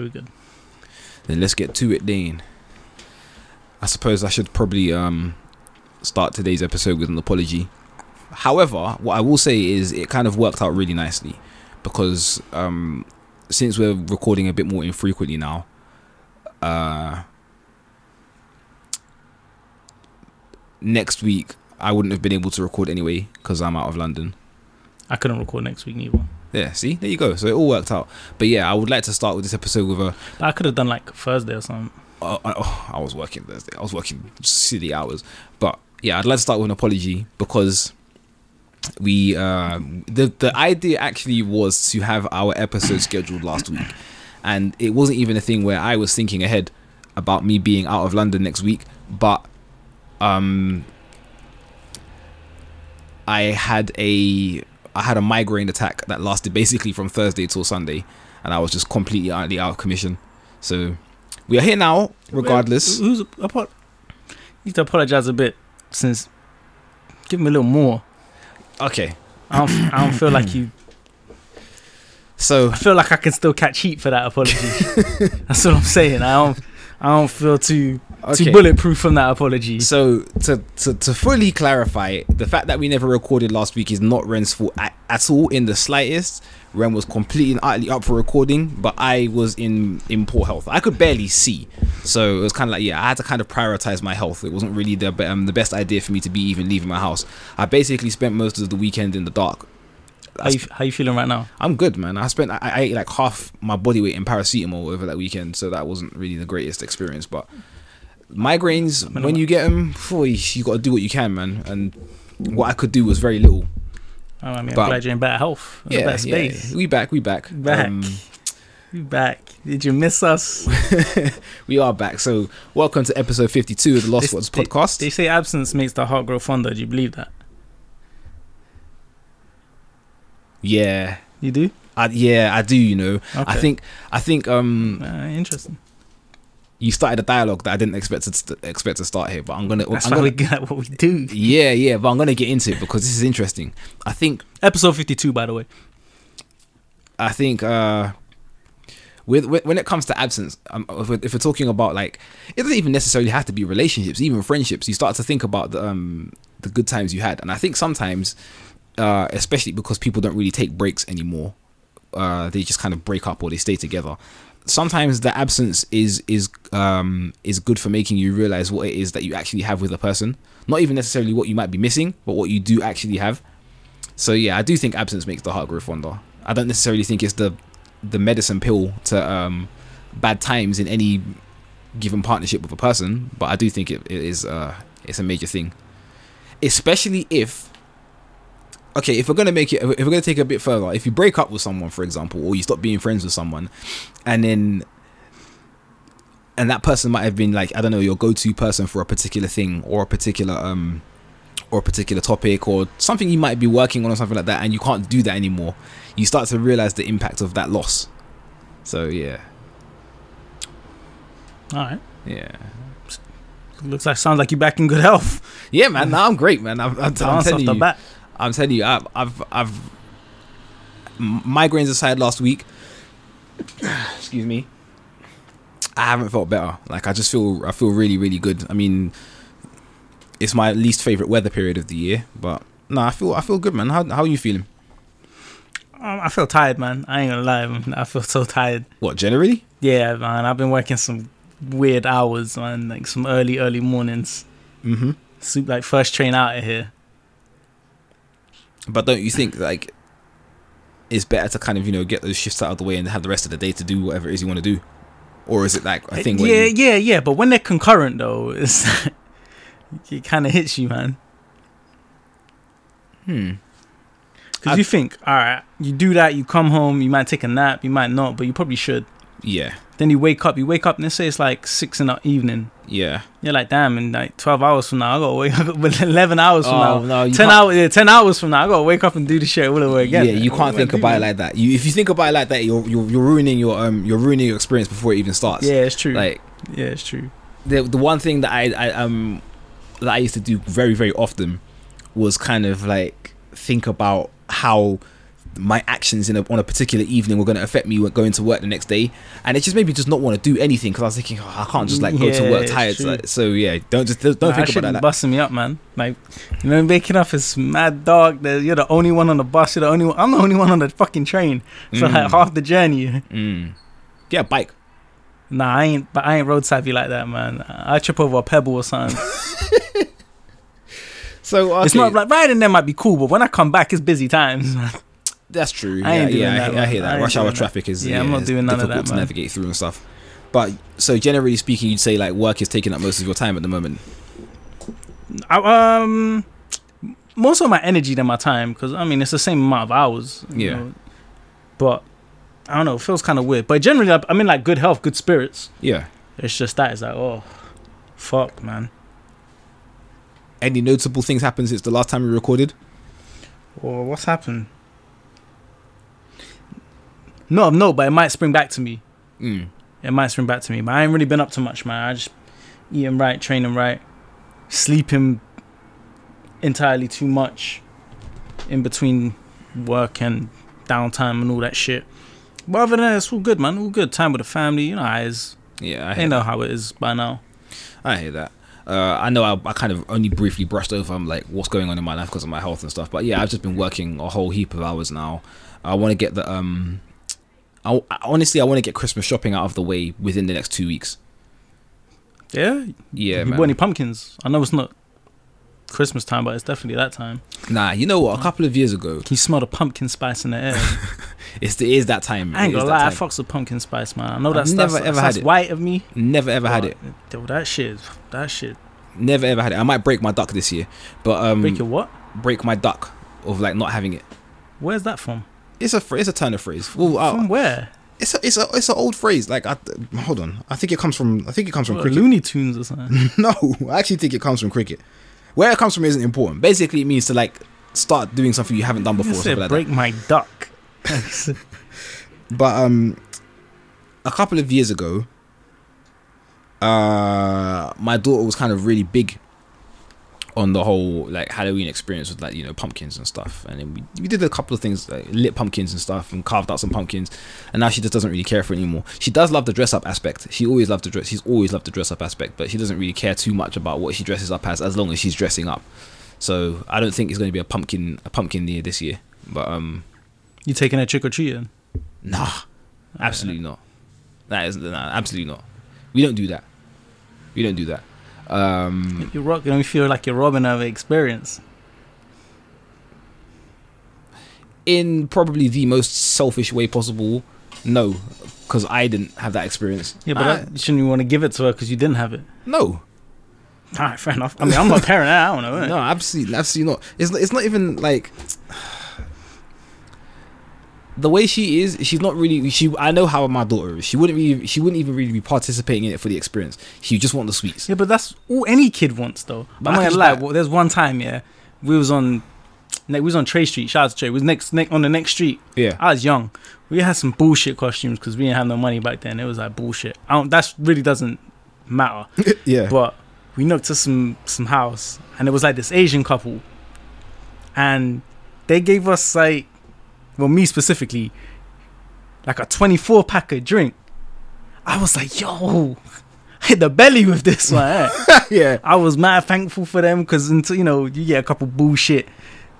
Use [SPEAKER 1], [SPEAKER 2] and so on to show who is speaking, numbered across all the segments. [SPEAKER 1] We're good.
[SPEAKER 2] Then let's get to it, then. I suppose I should probably um, start today's episode with an apology. However, what I will say is it kind of worked out really nicely because um, since we're recording a bit more infrequently now, uh, next week I wouldn't have been able to record anyway because I'm out of London.
[SPEAKER 1] I couldn't record next week neither.
[SPEAKER 2] Yeah, see, there you go. So it all worked out. But yeah, I would like to start with this episode with a.
[SPEAKER 1] But I could have done like Thursday or something.
[SPEAKER 2] Uh, I, oh, I was working Thursday. I was working silly hours. But yeah, I'd like to start with an apology because we uh, the the idea actually was to have our episode scheduled last week, and it wasn't even a thing where I was thinking ahead about me being out of London next week, but um, I had a I had a migraine attack that lasted basically from Thursday till Sunday, and I was just completely utterly out of commission. So we are here now, regardless.
[SPEAKER 1] Wait, who's apo- you need to apologize a bit since give me a little more.
[SPEAKER 2] Okay,
[SPEAKER 1] I don't, I don't feel like you.
[SPEAKER 2] so
[SPEAKER 1] I feel like I can still catch heat for that apology. That's what I'm saying. I don't. I don't feel too
[SPEAKER 2] okay.
[SPEAKER 1] too bulletproof from that apology.
[SPEAKER 2] So to, to to fully clarify, the fact that we never recorded last week is not Ren's fault at, at all in the slightest. Ren was completely and utterly up for recording, but I was in in poor health. I could barely see, so it was kind of like yeah, I had to kind of prioritize my health. It wasn't really the be- um, the best idea for me to be even leaving my house. I basically spent most of the weekend in the dark.
[SPEAKER 1] How you, how you feeling right now?
[SPEAKER 2] I'm good, man. I spent I, I ate like half my body weight in paracetamol over that weekend, so that wasn't really the greatest experience. But migraines,
[SPEAKER 1] mean,
[SPEAKER 2] when
[SPEAKER 1] I'm-
[SPEAKER 2] you get them, you got to do what you can, man. And what I could do was very little.
[SPEAKER 1] Oh, I mean,
[SPEAKER 2] But-
[SPEAKER 1] I'm glad you're in better health, in yeah,
[SPEAKER 2] Yeah,
[SPEAKER 1] better
[SPEAKER 2] yeah.
[SPEAKER 1] space.
[SPEAKER 2] We back, we back, Um,
[SPEAKER 1] Back. You back? Did you miss us?
[SPEAKER 2] we are back. So welcome to episode 52 of the Lost
[SPEAKER 1] This-
[SPEAKER 2] Ones podcast.
[SPEAKER 1] They say absence makes the heart grow fonder. Do you believe that?
[SPEAKER 2] yeah,
[SPEAKER 1] You do?
[SPEAKER 2] I, yeah, I do. You know, I
[SPEAKER 1] Okay.
[SPEAKER 2] think I think um
[SPEAKER 1] Uh, interesting.
[SPEAKER 2] you started a dialogue that I didn't expect to st- expect to start here, but I'm gonna
[SPEAKER 1] That's
[SPEAKER 2] I'm
[SPEAKER 1] why we
[SPEAKER 2] gonna
[SPEAKER 1] get at what we do.
[SPEAKER 2] yeah yeah, but I'm gonna get into it because this is interesting. I think
[SPEAKER 1] Episode 52, by the way.
[SPEAKER 2] I think uh, with, with when it comes to absence, um, if, we're, if we're talking about like, it doesn't even necessarily have to be relationships, even friendships. You start to think about the um, the good times you had, and I think sometimes, uh, especially because people don't really take breaks anymore, uh, they just kind of break up or they stay together. Sometimes the absence is is um, is good for making you realize what it is that you actually have with a person. Not even necessarily what you might be missing, but what you do actually have. So yeah, I do think absence makes the heart grow fonder. I don't necessarily think it's the the medicine pill to um, bad times in any given partnership with a person, but I do think it, it is uh, it's a major thing, especially if okay, if we're gonna make it, if we're gonna take it a bit further, if you break up with someone, for example, or you stop being friends with someone, and then and that person might have been like I don't know your go-to person for a particular thing or a particular um or a particular topic or something you might be working on or something like that and you can't do that anymore you start to realize the impact of that loss so yeah
[SPEAKER 1] All right.
[SPEAKER 2] yeah
[SPEAKER 1] Looks like, sounds like you're back in good health.
[SPEAKER 2] yeah man now i'm great man i'm, I'm, I'm
[SPEAKER 1] Bounce off
[SPEAKER 2] telling
[SPEAKER 1] the
[SPEAKER 2] you
[SPEAKER 1] bat.
[SPEAKER 2] i'm telling you i've i've, I've m- migraines aside last week excuse me i haven't felt better like i just feel i feel really really good i mean it's my least favorite weather period of the year but no i feel i feel good man how, how are you feeling
[SPEAKER 1] Um, I feel tired, man. I ain't gonna lie. man. I feel so tired.
[SPEAKER 2] what generally
[SPEAKER 1] Yeah, man. I've been working some weird hours, man. Like some early, early mornings.
[SPEAKER 2] mm-hmm
[SPEAKER 1] Sleep like first train out of here.
[SPEAKER 2] But don't you think like it's better to kind of you know get those shifts out of the way and have the rest of the day to do whatever it is you want to do, or is it like I think
[SPEAKER 1] yeah, yeah, yeah. But when they're concurrent, though, it's it kind of hits you, man.
[SPEAKER 2] hmm.
[SPEAKER 1] Because
[SPEAKER 2] I-
[SPEAKER 1] you think, all right, you do that, you come home, you might take a nap, you might not, but you probably should.
[SPEAKER 2] yeah,
[SPEAKER 1] Then you wake up, you wake up, and let's say it's like six in the evening.
[SPEAKER 2] yeah.
[SPEAKER 1] You're like, damn, in like 12 hours from now, I gotta wake up, with 11 hours from now.
[SPEAKER 2] no,
[SPEAKER 1] 10 hours, yeah, 10 hours from now, I gotta wake up and do the shit all over again.
[SPEAKER 2] yeah, you
[SPEAKER 1] What am
[SPEAKER 2] can't
[SPEAKER 1] I
[SPEAKER 2] think about it
[SPEAKER 1] doing?
[SPEAKER 2] like that. You if you think about it like that, you're you're, you're ruining your um you're ruining your experience before it even starts.
[SPEAKER 1] Yeah, it's true.
[SPEAKER 2] like
[SPEAKER 1] yeah, it's true.
[SPEAKER 2] the the one thing that I, I um that I used to do very very often was kind of like think about how my actions in a, on a particular evening were going to affect me going to work the next day, and it just made me just not want to do anything because I was thinking oh, I can't just like go to
[SPEAKER 1] Yeah,
[SPEAKER 2] work
[SPEAKER 1] it's
[SPEAKER 2] tired.
[SPEAKER 1] true.
[SPEAKER 2] Like, so yeah, don't just don't
[SPEAKER 1] Nah,
[SPEAKER 2] think
[SPEAKER 1] that shit
[SPEAKER 2] about
[SPEAKER 1] be
[SPEAKER 2] that. Like,
[SPEAKER 1] busting me up, man. Like, you know, waking up is mad dog. that You're the only one on the bus. You're the only. One, I'm the only one on the fucking train. So
[SPEAKER 2] Mm.
[SPEAKER 1] like half the journey.
[SPEAKER 2] mm. Yeah, bike.
[SPEAKER 1] Nah, I ain't. But I ain't road savvy like that, man. I trip over a pebble or something.
[SPEAKER 2] So
[SPEAKER 1] It's not like riding there might be cool, but when I come back, it's busy times. man.
[SPEAKER 2] That's true.
[SPEAKER 1] I
[SPEAKER 2] yeah,
[SPEAKER 1] ain't doing
[SPEAKER 2] yeah, I,
[SPEAKER 1] that
[SPEAKER 2] hear- I hear
[SPEAKER 1] one. I
[SPEAKER 2] that.
[SPEAKER 1] ain't
[SPEAKER 2] Rush hour
[SPEAKER 1] doing that.
[SPEAKER 2] traffic is
[SPEAKER 1] Yeah, I'm not
[SPEAKER 2] it's
[SPEAKER 1] doing none of that,
[SPEAKER 2] difficult to
[SPEAKER 1] man.
[SPEAKER 2] navigate through and stuff. But so generally speaking, you'd say like work is taking up most of your time at the moment.
[SPEAKER 1] I, um, more so my energy than my time, because I mean it's the same amount of hours. you
[SPEAKER 2] Yeah.
[SPEAKER 1] know. But I don't know. It feels kind of weird. But generally, I- I'm in like good health, good spirits.
[SPEAKER 2] Yeah.
[SPEAKER 1] It's just that it's like, oh, fuck, man.
[SPEAKER 2] Any notable things happened since the last time we recorded?
[SPEAKER 1] Or what's happened? No, no, but it might spring back to me.
[SPEAKER 2] Mm.
[SPEAKER 1] It might spring back to me. But I ain't really been up to much, man. I just eating right, training right, sleeping entirely too much in between work and downtime and all that shit. But other than that, it's all good, man. All good. Time with the family, you know how it is.
[SPEAKER 2] Yeah, I hear
[SPEAKER 1] They know how it is by now.
[SPEAKER 2] I hear that. Uh, I know I, I kind of only briefly brushed over um, like what's going on in my life because of my health and stuff, but yeah, I've just been working a whole heap of hours now. I want to get the um, I, I- honestly I want to get Christmas shopping out of the way within the next two weeks.
[SPEAKER 1] Yeah.
[SPEAKER 2] Yeah,
[SPEAKER 1] you
[SPEAKER 2] man.
[SPEAKER 1] bought any pumpkins? I know it's not Christmas time, but it's definitely that time.
[SPEAKER 2] Nah, you know what? A couple of years ago,
[SPEAKER 1] Can you smell the pumpkin spice in the air?
[SPEAKER 2] it's it is that time. man.
[SPEAKER 1] I ain't
[SPEAKER 2] It is
[SPEAKER 1] gonna
[SPEAKER 2] that
[SPEAKER 1] lie, I
[SPEAKER 2] time.
[SPEAKER 1] fucks with pumpkin spice, man. I know
[SPEAKER 2] I've
[SPEAKER 1] that's
[SPEAKER 2] never
[SPEAKER 1] that's,
[SPEAKER 2] ever
[SPEAKER 1] that's
[SPEAKER 2] had it.
[SPEAKER 1] white of me.
[SPEAKER 2] Never ever had
[SPEAKER 1] but-
[SPEAKER 2] it.
[SPEAKER 1] Dude, that shit, is- that shit.
[SPEAKER 2] Never ever had it. I might break my duck this year, but um,
[SPEAKER 1] Break
[SPEAKER 2] break,
[SPEAKER 1] your what?
[SPEAKER 2] my duck of like not having it.
[SPEAKER 1] Where's that from?
[SPEAKER 2] It's a phr- it's a turn of phrase. Well, I,
[SPEAKER 1] From where?
[SPEAKER 2] it's a, it's a it's an old phrase. Like I, hold on, I think it comes from I think it comes from
[SPEAKER 1] What,
[SPEAKER 2] cricket.
[SPEAKER 1] Looney Tunes or something.
[SPEAKER 2] No, I actually think it comes from cricket. Where it comes from isn't important. Basically, it means to like start doing something you haven't done
[SPEAKER 1] I
[SPEAKER 2] before. or
[SPEAKER 1] said
[SPEAKER 2] something like
[SPEAKER 1] break my duck.
[SPEAKER 2] that. But um, a couple of years ago, uh, my daughter was kind of really big on the whole like Halloween experience with like you know pumpkins and stuff, and then we, we did a couple of things like lit pumpkins and stuff, and carved out some pumpkins, and now she just doesn't really care for it anymore. She does love the dress up aspect. She always loved the dress. She's always loved the dress up aspect, but she doesn't really care too much about what she dresses up as, as long as she's dressing up. So I don't think it's going to be a pumpkin a pumpkin year this year, but um,
[SPEAKER 1] you taking a trick or treating?
[SPEAKER 2] nah, absolutely not. That is nah, absolutely not. We don't do that. We don't do that. Um,
[SPEAKER 1] You're rock. You don't feel like you're robbing her of experience.
[SPEAKER 2] in probably the most selfish way possible. No, because I didn't have that experience.
[SPEAKER 1] Yeah, but
[SPEAKER 2] I-
[SPEAKER 1] that- shouldn't you want to give it to her because you didn't have it?
[SPEAKER 2] no,
[SPEAKER 1] All right, fair enough. I mean, I'm not a parent. I don't know. innit?
[SPEAKER 2] no, absolutely, absolutely not. It's not, it's not even like the way she is. She's not really. She I know how my daughter is. She wouldn't really. She wouldn't even really be participating in it for the experience. She would just want the sweets.
[SPEAKER 1] Yeah, but that's all any kid wants, though.
[SPEAKER 2] But
[SPEAKER 1] I'm
[SPEAKER 2] I
[SPEAKER 1] not
[SPEAKER 2] can
[SPEAKER 1] gonna lie.
[SPEAKER 2] buy-
[SPEAKER 1] Well, there's one time, yeah, we was on, we was on Trey Street. Shout out to Trey. We was next, next on the next street.
[SPEAKER 2] Yeah,
[SPEAKER 1] I was young. We had some bullshit costumes because we didn't have no money back then. It was like bullshit. I don't. That really doesn't matter.
[SPEAKER 2] yeah.
[SPEAKER 1] But we knocked to some some house, and it was like this Asian couple, and they gave us like, well, me specifically, like a 24 pack of drink. I was like, yo, hit the belly with this one. eh?
[SPEAKER 2] yeah,
[SPEAKER 1] I was mad thankful for them because until you know you get a couple bullshit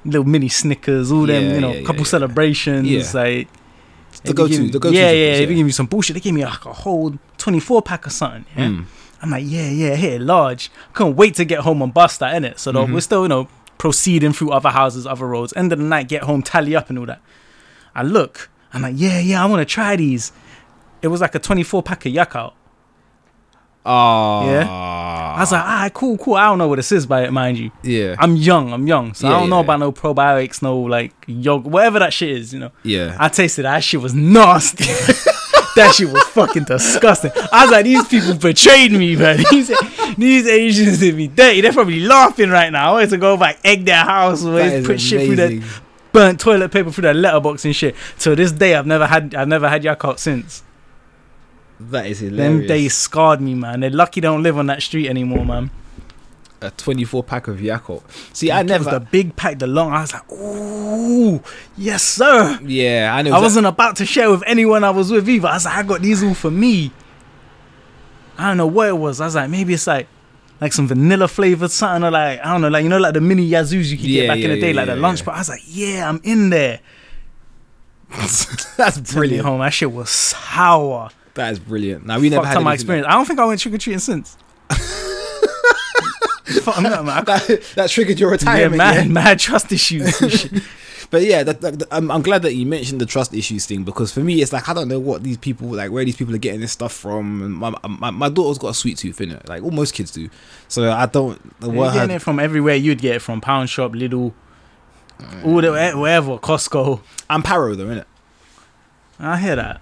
[SPEAKER 1] little mini Snickers, all
[SPEAKER 2] Yeah,
[SPEAKER 1] them you know,
[SPEAKER 2] yeah, yeah,
[SPEAKER 1] couple
[SPEAKER 2] yeah.
[SPEAKER 1] celebrations,
[SPEAKER 2] Yeah.
[SPEAKER 1] like
[SPEAKER 2] The
[SPEAKER 1] they
[SPEAKER 2] go-to-
[SPEAKER 1] give me-
[SPEAKER 2] the go-to
[SPEAKER 1] Yeah, yeah,
[SPEAKER 2] Snickers,
[SPEAKER 1] They
[SPEAKER 2] yeah.
[SPEAKER 1] gave me some bullshit. They gave me like a whole twenty four pack or something. Yeah?
[SPEAKER 2] Mm.
[SPEAKER 1] I'm like, yeah, yeah, here large. Couldn't wait to get home and bust that in it. So though,
[SPEAKER 2] Mhm.
[SPEAKER 1] we're still you know proceeding through other houses, other roads. End of the night, get home, tally up and all that. I look. I'm like, yeah, yeah, I want to try these. It was like a 24 pack of yak out.
[SPEAKER 2] Ah,
[SPEAKER 1] Yeah. I was like, all right, cool, cool. I don't know what this is by it, mind you.
[SPEAKER 2] yeah,
[SPEAKER 1] I'm young, I'm young, so
[SPEAKER 2] Yeah,
[SPEAKER 1] I don't know
[SPEAKER 2] yeah.
[SPEAKER 1] about no probiotics, no like yogurt, whatever that shit is, you know.
[SPEAKER 2] yeah.
[SPEAKER 1] I tasted that shit was nasty. that shit was fucking disgusting. I was like, these people betrayed me, man. These, these Asians did me dirty. They're probably laughing right now. I wanted to go back, egg their house, or
[SPEAKER 2] That is
[SPEAKER 1] put shit through their
[SPEAKER 2] amazing.
[SPEAKER 1] burnt toilet paper through their letterbox and shit. To this day, I've never had, I've never had Yakult since.
[SPEAKER 2] That is
[SPEAKER 1] Them
[SPEAKER 2] hilarious.
[SPEAKER 1] days scarred me, man. They're lucky they don't live on that street anymore, man.
[SPEAKER 2] a 24 pack of Yakult. See, I
[SPEAKER 1] Like, it was
[SPEAKER 2] never.
[SPEAKER 1] the big pack, the long. I was like, ooh, yes, sir.
[SPEAKER 2] yeah, I know.
[SPEAKER 1] I
[SPEAKER 2] that-
[SPEAKER 1] wasn't about to share with anyone I was with either. I was like, I got these all for me. I don't know what it was. I was like, maybe it's like like some vanilla flavored something or like I don't know, like you know, like the mini Yazoos you could
[SPEAKER 2] Yeah,
[SPEAKER 1] get back
[SPEAKER 2] yeah,
[SPEAKER 1] in the day,
[SPEAKER 2] yeah,
[SPEAKER 1] like the
[SPEAKER 2] yeah,
[SPEAKER 1] lunch.
[SPEAKER 2] yeah.
[SPEAKER 1] But I was like, yeah, I'm in there.
[SPEAKER 2] That's
[SPEAKER 1] Took me
[SPEAKER 2] brilliant.
[SPEAKER 1] home. That shit was sour.
[SPEAKER 2] That is brilliant. Now we never
[SPEAKER 1] Fucked
[SPEAKER 2] had
[SPEAKER 1] up my
[SPEAKER 2] anything like-
[SPEAKER 1] experience. I don't think I went trick or treating since. Fuck, I'm not, man. I
[SPEAKER 2] That, that triggered your
[SPEAKER 1] yeah,
[SPEAKER 2] retirement.
[SPEAKER 1] mad,
[SPEAKER 2] yeah.
[SPEAKER 1] mad trust issues. and shit.
[SPEAKER 2] But yeah, that, that, that- I'm, I'm glad that you mentioned the trust issues thing because for me, it's like I don't know what these people like, where these people are getting this stuff from. And my, my my daughter's got a sweet tooth in it, like all most kids do. So I don't.
[SPEAKER 1] You're
[SPEAKER 2] What
[SPEAKER 1] getting
[SPEAKER 2] her,
[SPEAKER 1] it from everywhere. You'd get it from pound shop, Lidl, all the wherever, Costco.
[SPEAKER 2] I'm paro though, innit?
[SPEAKER 1] I hear that.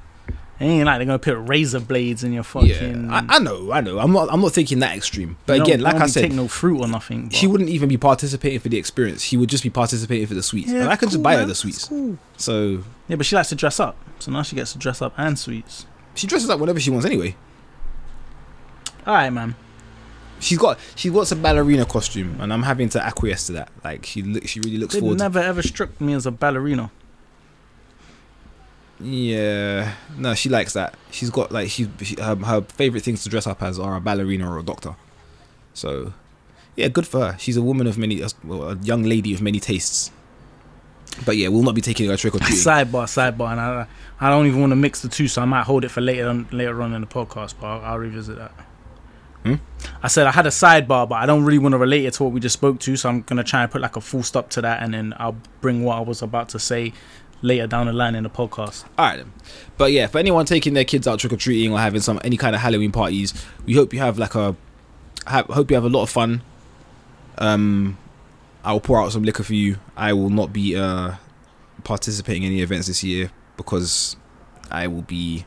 [SPEAKER 1] It ain't like they're gonna put razor blades in your fucking.
[SPEAKER 2] Yeah, I, I know, I know. I'm not I'm not thinking that extreme. But
[SPEAKER 1] you don't-
[SPEAKER 2] again,
[SPEAKER 1] you
[SPEAKER 2] like
[SPEAKER 1] don't
[SPEAKER 2] I
[SPEAKER 1] be
[SPEAKER 2] said,
[SPEAKER 1] take no fruit or nothing.
[SPEAKER 2] she
[SPEAKER 1] but-
[SPEAKER 2] wouldn't even be participating for the experience. She would just be participating for the sweets, and I could
[SPEAKER 1] cool,
[SPEAKER 2] just buy her
[SPEAKER 1] man.
[SPEAKER 2] the
[SPEAKER 1] That's
[SPEAKER 2] sweets.
[SPEAKER 1] cool.
[SPEAKER 2] So
[SPEAKER 1] Yeah, but she likes to dress up, so now she gets to dress up and sweets.
[SPEAKER 2] she dresses up whenever she wants anyway.
[SPEAKER 1] All right, man.
[SPEAKER 2] She's got she wants a ballerina costume, and I'm having to acquiesce to that. Like she look, she really looks
[SPEAKER 1] They
[SPEAKER 2] forward.
[SPEAKER 1] never ever struck me as a ballerina.
[SPEAKER 2] to, yeah, no, she likes that. She's got like she, she her, her favorite things to dress up as are a ballerina or a doctor. So, yeah, good for her. She's a woman of many, well, a young lady of many tastes. But yeah, we'll not be taking her trick or treating.
[SPEAKER 1] Sidebar, sidebar, and I, I don't even want to mix the two, so I might hold it for later on, later on in the podcast. But I'll, I'll revisit that.
[SPEAKER 2] Hmm?
[SPEAKER 1] I said I had a sidebar, but I don't really want to relate it to what we just spoke to, so I'm gonna try and put like a full stop to that, and then I'll bring what I was about to say later down the line in the podcast.
[SPEAKER 2] All right, then. but yeah, for anyone taking their kids out trick or treating or having some any kind of Halloween parties, we hope you have like a have, hope you have a lot of fun. Um, I'll pour out some liquor for you. I will not be uh participating in any events this year because I will be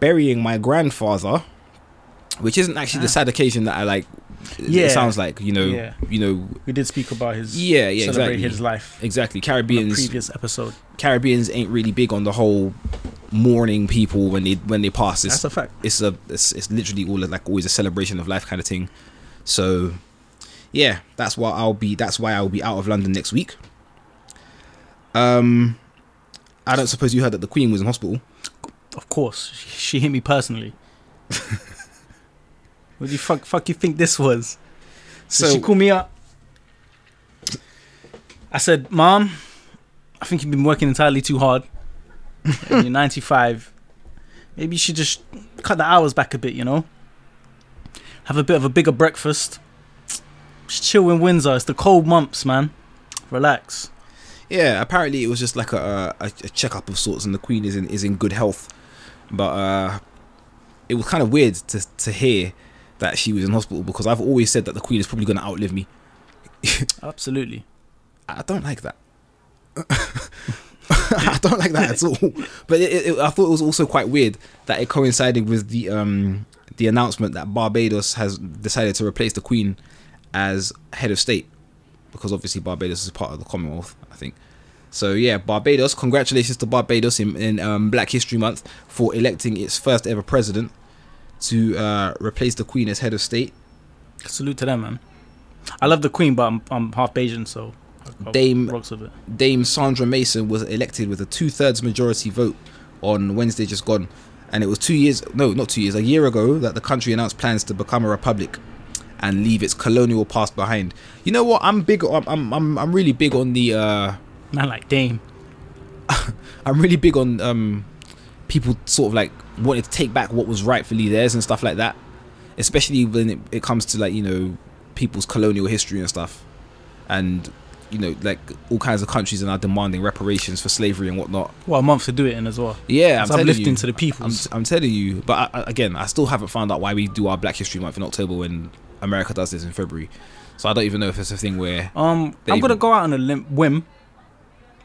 [SPEAKER 2] burying my grandfather, which isn't actually
[SPEAKER 1] Ah.
[SPEAKER 2] the sad occasion that I like.
[SPEAKER 1] Yeah.
[SPEAKER 2] it sounds like you know,
[SPEAKER 1] Yeah.
[SPEAKER 2] you know,
[SPEAKER 1] We did speak about his
[SPEAKER 2] yeah, yeah,
[SPEAKER 1] celebrate
[SPEAKER 2] exactly,
[SPEAKER 1] his life
[SPEAKER 2] exactly.
[SPEAKER 1] in the
[SPEAKER 2] Caribbeans,
[SPEAKER 1] previous episode.
[SPEAKER 2] Caribbeans ain't really big on the whole mourning people when they when they pass.
[SPEAKER 1] That's
[SPEAKER 2] It's
[SPEAKER 1] a fact.
[SPEAKER 2] it's a it's, it's literally all like always a celebration of life kind of thing. So yeah, that's why I'll be that's why I'll be out of London next week. Um, I don't suppose you heard that the Queen was in hospital.
[SPEAKER 1] Of course, she hit me personally. what do you fuck fuck you think this was? So
[SPEAKER 2] So-
[SPEAKER 1] she called me up. I said, "Mom, I think you've been working entirely too hard. And you're 95. Maybe you should just cut the hours back a bit. You know, have a bit of a bigger breakfast. Just chill in Windsor. It's the cold months, man. Relax."
[SPEAKER 2] Yeah, apparently it was just like a a, a checkup of sorts, and the Queen is in is in good health. But uh, it was kind of weird to to hear that she was in hospital because I've always said that the Queen is probably going to outlive me.
[SPEAKER 1] Absolutely.
[SPEAKER 2] I don't like that. I don't like that at all. But it, it, I thought it was also quite weird that it coincided with the um, the announcement that Barbados has decided to replace the Queen as head of state, because obviously Barbados is part of the Commonwealth, I think. So yeah, Barbados. Congratulations to Barbados in, in um, Black History Month for electing its first ever president to uh, replace the Queen as head of state.
[SPEAKER 1] Salute to them, man. I love the Queen, but I'm, I'm half Asian, so I- I
[SPEAKER 2] Dame-
[SPEAKER 1] rocks with it.
[SPEAKER 2] Dame Sandra Mason was elected with a two thirds majority vote on Wednesday just gone. And it was two years, no, not two years, a year ago that the country announced plans to become a republic and leave its colonial past behind. You know what? I'm big, I'm, I'm, I'm, I'm really big on the, uh,
[SPEAKER 1] Man, like Dame.
[SPEAKER 2] I'm really big on um, people sort of like wanting to take back what was rightfully theirs and stuff like that, especially when it, it comes to like you know people's colonial history and stuff, and you know like all kinds of countries are now demanding reparations for slavery and whatnot.
[SPEAKER 1] What a month to do it in as well.
[SPEAKER 2] Yeah, I'm
[SPEAKER 1] It's
[SPEAKER 2] telling
[SPEAKER 1] uplifting
[SPEAKER 2] you,
[SPEAKER 1] to the
[SPEAKER 2] I'm,
[SPEAKER 1] peoples.
[SPEAKER 2] I'm telling you, but I, I- again, I still haven't found out why we do our Black History Month in October when America does this in February. So I don't even know if it's a thing where
[SPEAKER 1] Um,
[SPEAKER 2] They-
[SPEAKER 1] I'm gonna go out on a limp whim,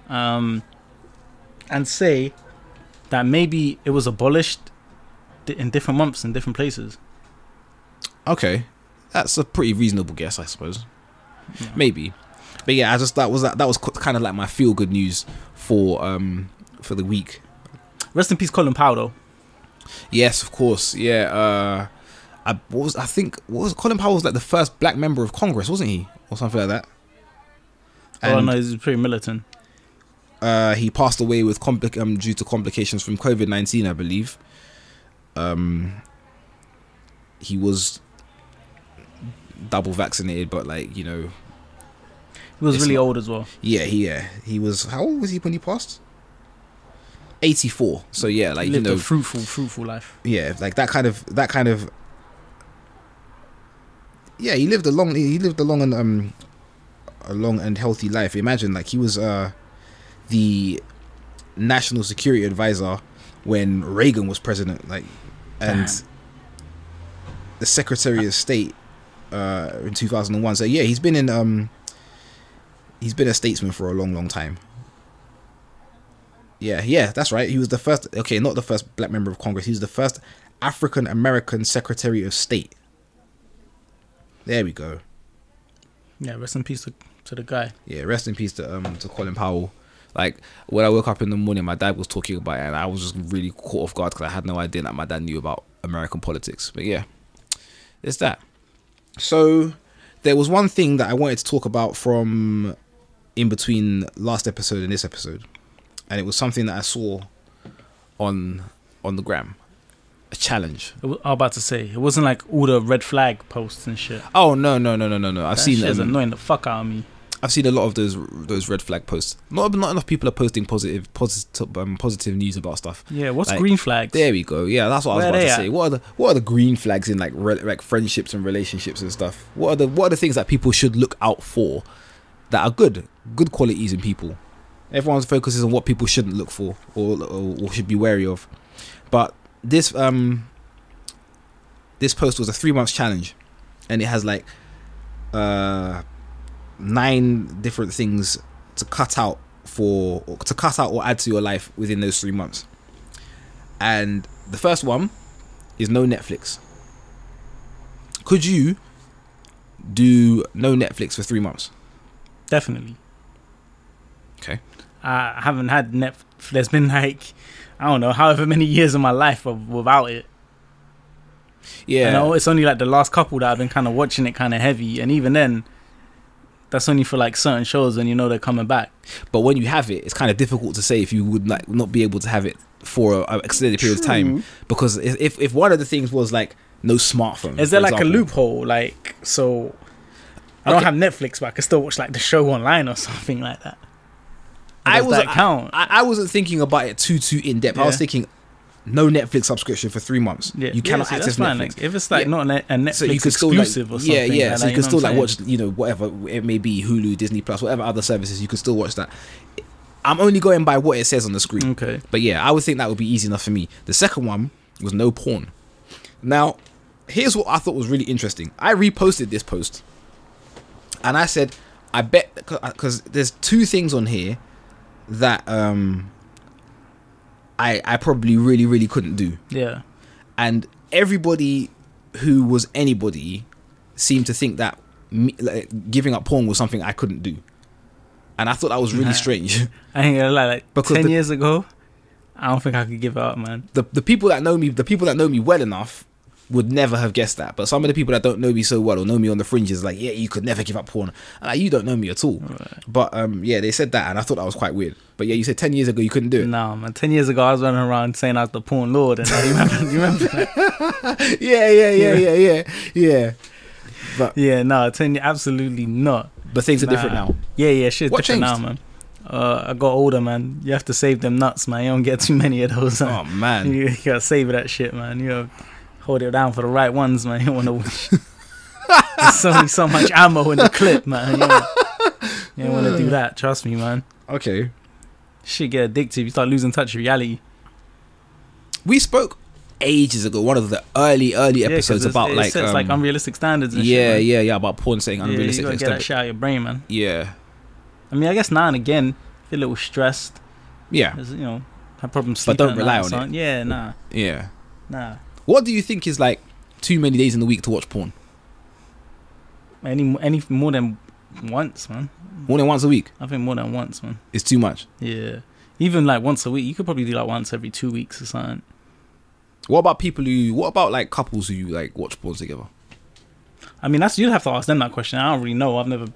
[SPEAKER 1] um, and say that maybe it was abolished di- in different months in different places.
[SPEAKER 2] Okay, that's a pretty reasonable guess, I suppose.
[SPEAKER 1] Yeah.
[SPEAKER 2] Maybe, but yeah, I just that was that that was kind of like my feel good news for um for the week.
[SPEAKER 1] Rest in peace, Colin Powell. Though.
[SPEAKER 2] Yes, of course. Yeah, uh, I what was I think what was Colin Powell was like the first black member of Congress, wasn't he, or something like that?
[SPEAKER 1] oh
[SPEAKER 2] And
[SPEAKER 1] no, he's pretty militant.
[SPEAKER 2] uh, he passed away with compli- um, due to complications from COVID nineteen, I believe. Um, he was double vaccinated, but like you know,
[SPEAKER 1] He was
[SPEAKER 2] It's
[SPEAKER 1] really
[SPEAKER 2] not-
[SPEAKER 1] old as well.
[SPEAKER 2] yeah, he yeah, he was. How old was he when he passed? Eighty four. So yeah, like
[SPEAKER 1] he
[SPEAKER 2] you
[SPEAKER 1] lived
[SPEAKER 2] know,
[SPEAKER 1] a fruitful, fruitful life.
[SPEAKER 2] yeah, like that kind of that kind of. Yeah, he lived a long he lived a long and um, a long and healthy life. Imagine like he was uh, the national security advisor when Reagan was president, like, and
[SPEAKER 1] Damn.
[SPEAKER 2] the Secretary of State uh, in two thousand and one. So yeah, he's been in um, he's been a statesman for a long, long time. Yeah, yeah, that's right. He was the first. Okay, not the first black member of Congress. He was the first African American Secretary of State. There we go.
[SPEAKER 1] Yeah, rest in peace to, to the guy.
[SPEAKER 2] Yeah, rest in peace to um to Colin Powell. Like when I woke up in the morning, my dad was talking about it, and I was just really caught off guard because I had no idea that my dad knew about American politics. But yeah, it's that. So there was one thing that I wanted to talk about from in between last episode and this episode, and it was something that I saw on on the gram, a challenge.
[SPEAKER 1] I was I was about to say it wasn't like all the red flag posts and shit.
[SPEAKER 2] Oh no no no no no no! I've
[SPEAKER 1] That
[SPEAKER 2] seen
[SPEAKER 1] shit is
[SPEAKER 2] um,
[SPEAKER 1] annoying the fuck out of me.
[SPEAKER 2] I've seen a lot of those those red flag posts. Not not enough people are posting positive positive um, positive news about stuff.
[SPEAKER 1] Yeah, what's
[SPEAKER 2] Like,
[SPEAKER 1] green flags?
[SPEAKER 2] There we go. Yeah, that's what
[SPEAKER 1] Where
[SPEAKER 2] I was
[SPEAKER 1] they
[SPEAKER 2] about
[SPEAKER 1] at?
[SPEAKER 2] to say. What are the what are the green flags in like re, like friendships and relationships and stuff? What are the what are the things that people should look out for that are good good qualities in people? Everyone's focuses on what people shouldn't look for or or, or should be wary of. But this um this post was a three months challenge, and it has like uh nine different things to cut out for or to cut out or add to your life within those three months. And the first one is no Netflix. Could you do no Netflix for three months?
[SPEAKER 1] Definitely.
[SPEAKER 2] Okay.
[SPEAKER 1] I haven't had net. There's been like, I don't know, however many years of my life of, without it.
[SPEAKER 2] Yeah.
[SPEAKER 1] And I- it's only like the last couple that I've been kind of watching it kind of heavy, and even then, that's only for like certain shows, and you know they're coming back.
[SPEAKER 2] But when you have it, it's kind of difficult to say if you would like not be able to have it for an extended period of time because if if- if one of the things was like no smartphone,
[SPEAKER 1] Is there
[SPEAKER 2] for
[SPEAKER 1] like
[SPEAKER 2] example,
[SPEAKER 1] a loophole? Like so, I don't
[SPEAKER 2] Okay.
[SPEAKER 1] have Netflix, but I can still watch like the show online or something like that.
[SPEAKER 2] I
[SPEAKER 1] Does
[SPEAKER 2] was-
[SPEAKER 1] that count.
[SPEAKER 2] I, I wasn't thinking about it too too in depth. I was
[SPEAKER 1] Yeah.
[SPEAKER 2] thinking no Netflix subscription for three months.
[SPEAKER 1] yeah,
[SPEAKER 2] You cannot
[SPEAKER 1] yeah, see,
[SPEAKER 2] access
[SPEAKER 1] that's fine.
[SPEAKER 2] Netflix.
[SPEAKER 1] Like, if it's like
[SPEAKER 2] Yeah.
[SPEAKER 1] not a, Net- a Netflix
[SPEAKER 2] so you could still like,
[SPEAKER 1] exclusive or something,
[SPEAKER 2] yeah yeah so
[SPEAKER 1] like,
[SPEAKER 2] you can
[SPEAKER 1] know
[SPEAKER 2] still
[SPEAKER 1] what I'm
[SPEAKER 2] like
[SPEAKER 1] saying?
[SPEAKER 2] watch you know whatever it may be hulu disney plus whatever other services you can still watch that i'm only going by what it says on the screen
[SPEAKER 1] Okay.
[SPEAKER 2] but yeah i would think that would be easy enough for me the second one was no porn now here's what i thought was really interesting i reposted this post and i said i bet because there's two things on here that um i i probably really really couldn't do
[SPEAKER 1] Yeah.
[SPEAKER 2] and everybody who was anybody seemed to think that me, like, giving up porn was something I couldn't do, and I thought that was really
[SPEAKER 1] Nah.
[SPEAKER 2] strange.
[SPEAKER 1] I ain't gonna lie, like
[SPEAKER 2] Because
[SPEAKER 1] ten
[SPEAKER 2] the-
[SPEAKER 1] years ago, I don't think I could give it up, man.
[SPEAKER 2] the the people that know me, the people that know me well enough, would never have guessed that. But some of the people that don't know me so well or know me on the fringes, like yeah, you could never give up porn. And, like you don't know me at all. But um, yeah, they said that, and I thought that was quite weird. But yeah, you said ten years ago you couldn't do it.
[SPEAKER 1] Nah, man. Ten years ago, I was running around saying I was the porn lord, and I remember, you remember?
[SPEAKER 2] yeah, yeah, yeah, yeah, yeah, yeah.
[SPEAKER 1] Yeah, no, ten. Absolutely not.
[SPEAKER 2] But things are
[SPEAKER 1] Nah.
[SPEAKER 2] different now.
[SPEAKER 1] Yeah, yeah, shit's
[SPEAKER 2] What
[SPEAKER 1] different
[SPEAKER 2] changed?
[SPEAKER 1] now, man. Uh, I got older, man. You have to save them nuts, man. You don't get too many of those.
[SPEAKER 2] Oh
[SPEAKER 1] Man.
[SPEAKER 2] man.
[SPEAKER 1] you, you gotta save that shit, man. You gotta hold it down for the right ones, man. You don't wanna. wish. There's only so much ammo in the clip, man. You don't, you don't wanna do that. Trust me, man.
[SPEAKER 2] Okay.
[SPEAKER 1] Shit get addictive. You start losing touch with reality.
[SPEAKER 2] we spoke ages ago one of the early early
[SPEAKER 1] Yeah, 'cause
[SPEAKER 2] episodes
[SPEAKER 1] it's-
[SPEAKER 2] about
[SPEAKER 1] it
[SPEAKER 2] like,
[SPEAKER 1] sets like
[SPEAKER 2] um,
[SPEAKER 1] unrealistic standards. And
[SPEAKER 2] yeah
[SPEAKER 1] shit,
[SPEAKER 2] yeah yeah about porn saying
[SPEAKER 1] man. yeah. You
[SPEAKER 2] unrealistic
[SPEAKER 1] gotta
[SPEAKER 2] things.
[SPEAKER 1] get that shit out of your brain, man.
[SPEAKER 2] yeah
[SPEAKER 1] I mean, I guess now and again, feel a little stressed,
[SPEAKER 2] yeah
[SPEAKER 1] 'cause, you know, have problems.
[SPEAKER 2] But
[SPEAKER 1] sleeping
[SPEAKER 2] don't
[SPEAKER 1] at night
[SPEAKER 2] rely
[SPEAKER 1] or
[SPEAKER 2] on it.
[SPEAKER 1] something. Yeah, nah,
[SPEAKER 2] yeah
[SPEAKER 1] nah.
[SPEAKER 2] what do you think is like too many days in the week to watch porn
[SPEAKER 1] Any any more than once, man.
[SPEAKER 2] more than once a week
[SPEAKER 1] I think more than once, man.
[SPEAKER 2] is too much
[SPEAKER 1] Yeah, even like once a week. You could probably do like once every two weeks or something.
[SPEAKER 2] What about people who? What about like couples who like watch porn together?
[SPEAKER 1] I mean, that's you'd have to ask them that question. I don't really know. I've never,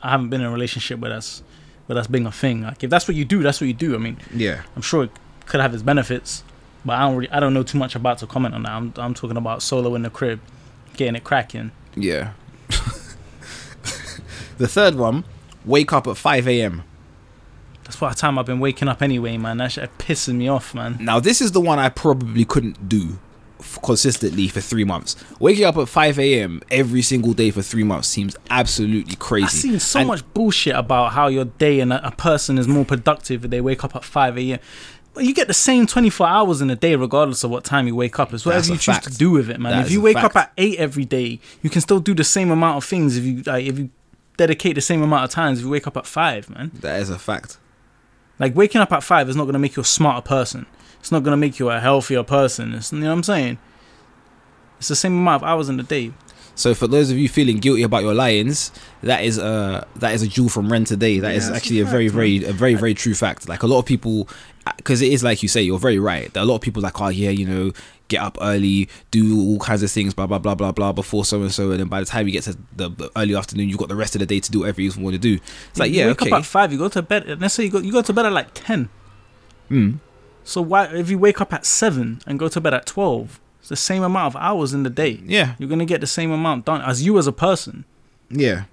[SPEAKER 1] I haven't been in a relationship where that's, where that's being a thing. Like if that's what you do, that's what you do. I mean,
[SPEAKER 2] Yeah.
[SPEAKER 1] I'm sure it could have its benefits, but I don't really, I don't know too much about to comment on that. I'm, I'm talking about solo in the crib, getting it cracking.
[SPEAKER 2] Yeah. the third one, wake up at 5 a.m.
[SPEAKER 1] That's what time I've been waking up anyway, man. That shit pisses me off, man.
[SPEAKER 2] Now, this is the one I probably couldn't do f- consistently for three months. Waking up at 5 a.m. every single day for three months seems absolutely crazy.
[SPEAKER 1] I've seen so
[SPEAKER 2] And
[SPEAKER 1] much bullshit about how your day and a, a person is more productive if they wake up at 5 a.m. But you get the same 24 hours in a day, regardless of what time you wake up. It's whatever
[SPEAKER 2] That's a
[SPEAKER 1] you choose to
[SPEAKER 2] fact.
[SPEAKER 1] do with it, man.
[SPEAKER 2] That
[SPEAKER 1] if
[SPEAKER 2] is
[SPEAKER 1] you
[SPEAKER 2] a
[SPEAKER 1] wake up
[SPEAKER 2] fact.
[SPEAKER 1] at 8 every day, you can still do the same amount of things if you like, if you dedicate the same amount of times if you wake up at 5, man.
[SPEAKER 2] That is a fact.
[SPEAKER 1] Like waking up at five is not gonna make you a smarter person. It's not gonna make you a healthier person. It's, you know what I'm saying? It's the same amount of hours in the day.
[SPEAKER 2] So, for those of you feeling guilty about your lions, that is a that is a jewel from Ren today. That is
[SPEAKER 1] Yeah, that's
[SPEAKER 2] actually
[SPEAKER 1] a
[SPEAKER 2] a very,
[SPEAKER 1] fact,
[SPEAKER 2] very, a very, very true fact. Like a lot of people, because it is like you say, you're very right. That a lot of people like, oh yeah, you know, get up early, do all kinds of things, blah blah blah blah blah, before so and so, and then by the time you get to the, the early afternoon, you've got the rest of the day to do whatever you want to do. It's like
[SPEAKER 1] You
[SPEAKER 2] yeah,
[SPEAKER 1] wake
[SPEAKER 2] okay,
[SPEAKER 1] up at five, you go to bed. Let's say you go, you go to bed at like ten.
[SPEAKER 2] Mm.
[SPEAKER 1] So why, if you wake up at seven and go to bed at twelve, it's the same amount of hours in the day.
[SPEAKER 2] yeah,
[SPEAKER 1] You're gonna get the same amount done as you as a person.
[SPEAKER 2] Yeah,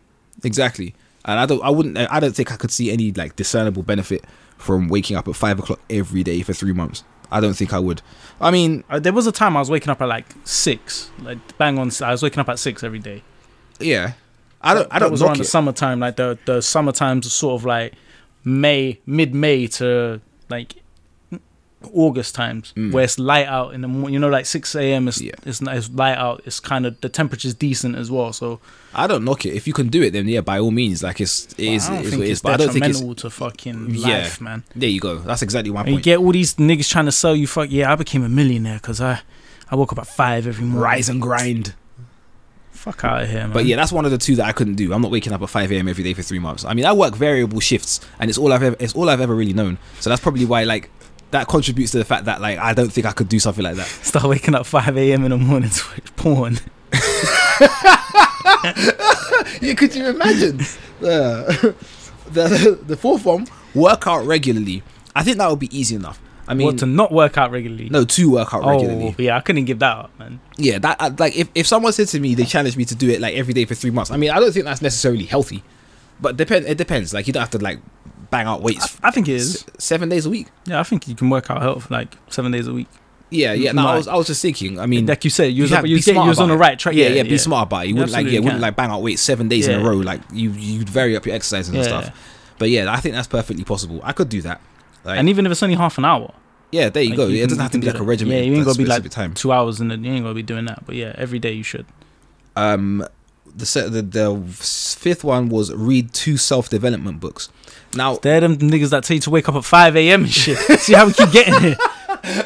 [SPEAKER 2] exactly. And I don't, I wouldn't, I don't think I could see any like discernible benefit from waking up at five o'clock every day for three months. I don't think I would. I mean,
[SPEAKER 1] Uh, there was a time I was waking up at like six, like bang on. s- I was waking up at six every day.
[SPEAKER 2] yeah, I don't, I
[SPEAKER 1] that
[SPEAKER 2] don't
[SPEAKER 1] was around
[SPEAKER 2] knock
[SPEAKER 1] the
[SPEAKER 2] it.
[SPEAKER 1] summertime, like the the summertime's sort of like May, mid May to like August times,
[SPEAKER 2] Mm.
[SPEAKER 1] where it's light out in the morning. You know, like six a.m. It's,
[SPEAKER 2] Yeah.
[SPEAKER 1] it's n- it's light out. It's kind of the temperature's decent as well. So
[SPEAKER 2] I don't knock it. If you can do it, then yeah, by all means, like it's it is,
[SPEAKER 1] I don't
[SPEAKER 2] it is
[SPEAKER 1] think
[SPEAKER 2] what it
[SPEAKER 1] it's
[SPEAKER 2] is. But I don't think it's.
[SPEAKER 1] detrimental to fucking
[SPEAKER 2] Yeah.
[SPEAKER 1] life, man.
[SPEAKER 2] There you go. That's exactly my
[SPEAKER 1] And you
[SPEAKER 2] point.
[SPEAKER 1] get all these niggas trying to sell you. Fuck yeah, I became a millionaire because I I woke up at five every morning.
[SPEAKER 2] Rise and grind.
[SPEAKER 1] Fuck out of here, man.
[SPEAKER 2] But yeah, that's one of the two that I couldn't do. I'm not waking up at 5 a.m. every day for three months. I mean, I work variable shifts, and it's all I've ever, it's all I've ever really known. So that's probably why like that contributes to the fact that like I don't think I could do something like that.
[SPEAKER 1] start waking up five a.m. in the morning to watch porn.
[SPEAKER 2] yeah, could you imagine? Uh, the the fourth one, work out regularly. I think that would be easy enough. I mean,
[SPEAKER 1] well, to not work out regularly.
[SPEAKER 2] no, to work out
[SPEAKER 1] oh
[SPEAKER 2] regularly.
[SPEAKER 1] yeah, I couldn't give that up, man.
[SPEAKER 2] Yeah, that I- like if, if someone said to me they challenged me to do it like every day for three months. I mean, I don't think that's necessarily healthy, but depend it depends. Like you don't have to like bang out weights
[SPEAKER 1] I think it is.
[SPEAKER 2] s- seven days a week.
[SPEAKER 1] Yeah, I think you can work out health like seven days a week.
[SPEAKER 2] Yeah, yeah. No, I
[SPEAKER 1] Right.
[SPEAKER 2] was I was just thinking. I mean,
[SPEAKER 1] like you said, you was,
[SPEAKER 2] Mm. have-
[SPEAKER 1] you
[SPEAKER 2] be
[SPEAKER 1] was, getting-
[SPEAKER 2] smart
[SPEAKER 1] you was on
[SPEAKER 2] about
[SPEAKER 1] the
[SPEAKER 2] it.
[SPEAKER 1] right track.
[SPEAKER 2] yeah, yeah, Be smart about it. You wouldn't like
[SPEAKER 1] absolutely
[SPEAKER 2] yeah, wouldn't
[SPEAKER 1] can.
[SPEAKER 2] like bang out weights seven days in a
[SPEAKER 1] Yeah.
[SPEAKER 2] row. Like you you'd vary up your exercises and
[SPEAKER 1] Yeah.
[SPEAKER 2] stuff. But yeah, I think that's perfectly possible. I could do that. Like,
[SPEAKER 1] And even if it's only half an hour,
[SPEAKER 2] yeah, there you
[SPEAKER 1] like,
[SPEAKER 2] go.
[SPEAKER 1] you
[SPEAKER 2] it
[SPEAKER 1] can-
[SPEAKER 2] doesn't
[SPEAKER 1] you
[SPEAKER 2] have to
[SPEAKER 1] can
[SPEAKER 2] be
[SPEAKER 1] do
[SPEAKER 2] like a
[SPEAKER 1] that.
[SPEAKER 2] regimen.
[SPEAKER 1] Yeah, you ain't gotta be like
[SPEAKER 2] time.
[SPEAKER 1] two hours, and then you ain't gonna be doing that. But yeah, every day you should.
[SPEAKER 2] Um, the se- the the fifth one was read two self development books. Now,
[SPEAKER 1] They're them niggas that tell you to wake up at five a.m. and shit. See how we keep getting here.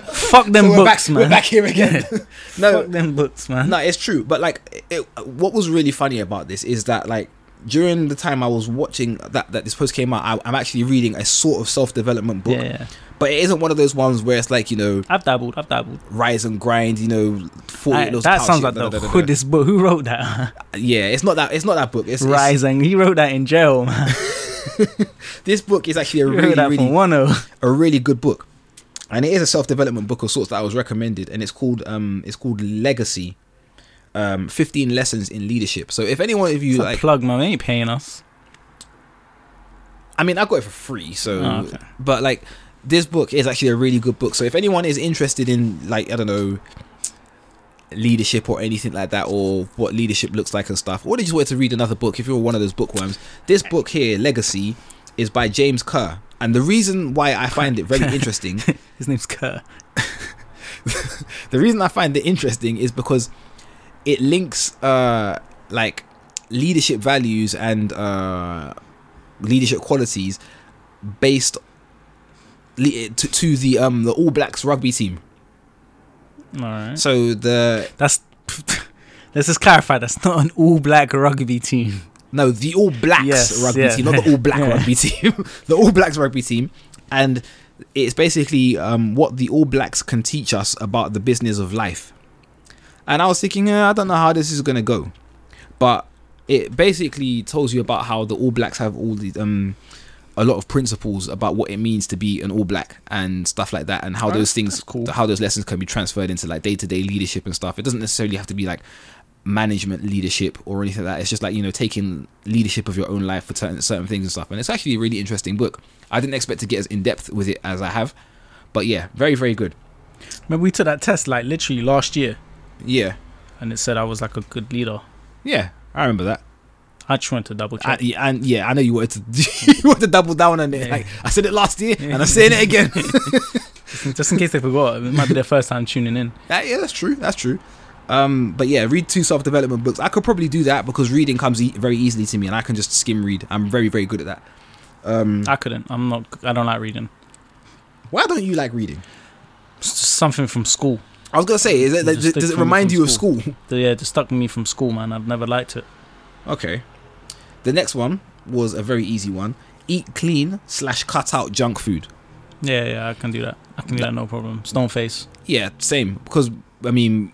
[SPEAKER 1] Fuck them
[SPEAKER 2] we're
[SPEAKER 1] books,
[SPEAKER 2] back,
[SPEAKER 1] man.
[SPEAKER 2] We're back here again. no,
[SPEAKER 1] Fuck them books, man.
[SPEAKER 2] No, it's true. But like, it, what was really funny about this is that like during the time I was watching that that this post came out, I, I'm actually reading a sort of self development book.
[SPEAKER 1] Yeah, yeah.
[SPEAKER 2] But it isn't one of those ones where it's like you know
[SPEAKER 1] I've dabbled. I've dabbled.
[SPEAKER 2] rise and grind. You know, forty
[SPEAKER 1] I-
[SPEAKER 2] little
[SPEAKER 1] that
[SPEAKER 2] pouch,
[SPEAKER 1] sounds
[SPEAKER 2] yeah,
[SPEAKER 1] like
[SPEAKER 2] da- da-
[SPEAKER 1] the
[SPEAKER 2] da- da- da.
[SPEAKER 1] hoodest book. Who wrote that?
[SPEAKER 2] Yeah, it's not that. It's not that book. It's, it's-
[SPEAKER 1] Rising. He wrote that in jail, man.
[SPEAKER 2] this book is actually a
[SPEAKER 1] He
[SPEAKER 2] really
[SPEAKER 1] wrote that
[SPEAKER 2] really
[SPEAKER 1] from one oh. o.
[SPEAKER 2] a really good book, and it is a self development book of sorts that I was recommended, and it's called um it's called Legacy. Um, 15 lessons in leadership. So if anyone of you
[SPEAKER 1] It's a
[SPEAKER 2] like,
[SPEAKER 1] plug, man. They ain't paying us.
[SPEAKER 2] I mean, I got it for free, so.
[SPEAKER 1] Oh, okay.
[SPEAKER 2] But like, this book is actually a really good book. So if anyone is interested in like, I don't know, leadership or anything like that, or what leadership looks like and stuff, or they just wanted to read another book, if you're one of those bookworms, this book here, Legacy, is by James Kerr. And the reason why I find it very interesting,
[SPEAKER 1] His name's Kerr.
[SPEAKER 2] the reason I find it interesting is because it links uh like leadership values and uh leadership qualities based le- to, to the um the All Blacks rugby team.
[SPEAKER 1] All right.
[SPEAKER 2] So the
[SPEAKER 1] That's let's just clarify. That's not an all-black rugby
[SPEAKER 2] Hmm.
[SPEAKER 1] team.
[SPEAKER 2] no the All Blacks
[SPEAKER 1] Yes,
[SPEAKER 2] rugby
[SPEAKER 1] yeah.
[SPEAKER 2] team, not the All Black
[SPEAKER 1] Yeah.
[SPEAKER 2] rugby team, the All Blacks rugby team, and it's basically um, what the All Blacks can teach us about the business of life. And I was thinking, eh, I don't know how this is gonna go, but it basically tells you about how the All Blacks have all the um, a lot of principles about what it means to be an All Black and stuff like that, and how
[SPEAKER 1] Alright,
[SPEAKER 2] those things,
[SPEAKER 1] that's cool.
[SPEAKER 2] how those lessons can be transferred into like day to day leadership and stuff. It doesn't necessarily have to be like management leadership or anything like that. It's just like you know taking leadership of your own life for certain certain things and stuff. And it's actually a really interesting book. I didn't expect to get as in depth with it as I have, but yeah, very very good.
[SPEAKER 1] Remember, we took that test like literally last year,
[SPEAKER 2] Yeah,
[SPEAKER 1] and it said I was like a good leader.
[SPEAKER 2] yeah, I remember that.
[SPEAKER 1] I just wanted to double
[SPEAKER 2] I,
[SPEAKER 1] check.
[SPEAKER 2] yeah, and yeah, I know you wanted to you wanted to double down on it.
[SPEAKER 1] Yeah.
[SPEAKER 2] Like I said it last year, and I'm saying it again.
[SPEAKER 1] just in case they forgot, it might be their first time tuning in.
[SPEAKER 2] yeah, yeah, that's true. That's true. Um, but yeah, read two self development books. I could probably do that because reading comes e- very easily to me, and I can just skim read. I'm very very good at that. Um,
[SPEAKER 1] I couldn't. I'm not. I don't like reading.
[SPEAKER 2] why don't you like reading?
[SPEAKER 1] It's just something from school.
[SPEAKER 2] I was gonna say, is
[SPEAKER 1] Just
[SPEAKER 2] it, does,
[SPEAKER 1] stick
[SPEAKER 2] does it
[SPEAKER 1] from-
[SPEAKER 2] remind
[SPEAKER 1] from
[SPEAKER 2] you of school?
[SPEAKER 1] The- Yeah, it just stuck with me from school, man. I've never liked it.
[SPEAKER 2] Okay. The next one was a very easy one. Eat clean slash cut out junk food.
[SPEAKER 1] Yeah, yeah, I can do that. I can do that, no problem. Stone face.
[SPEAKER 2] Yeah, same. Because I mean,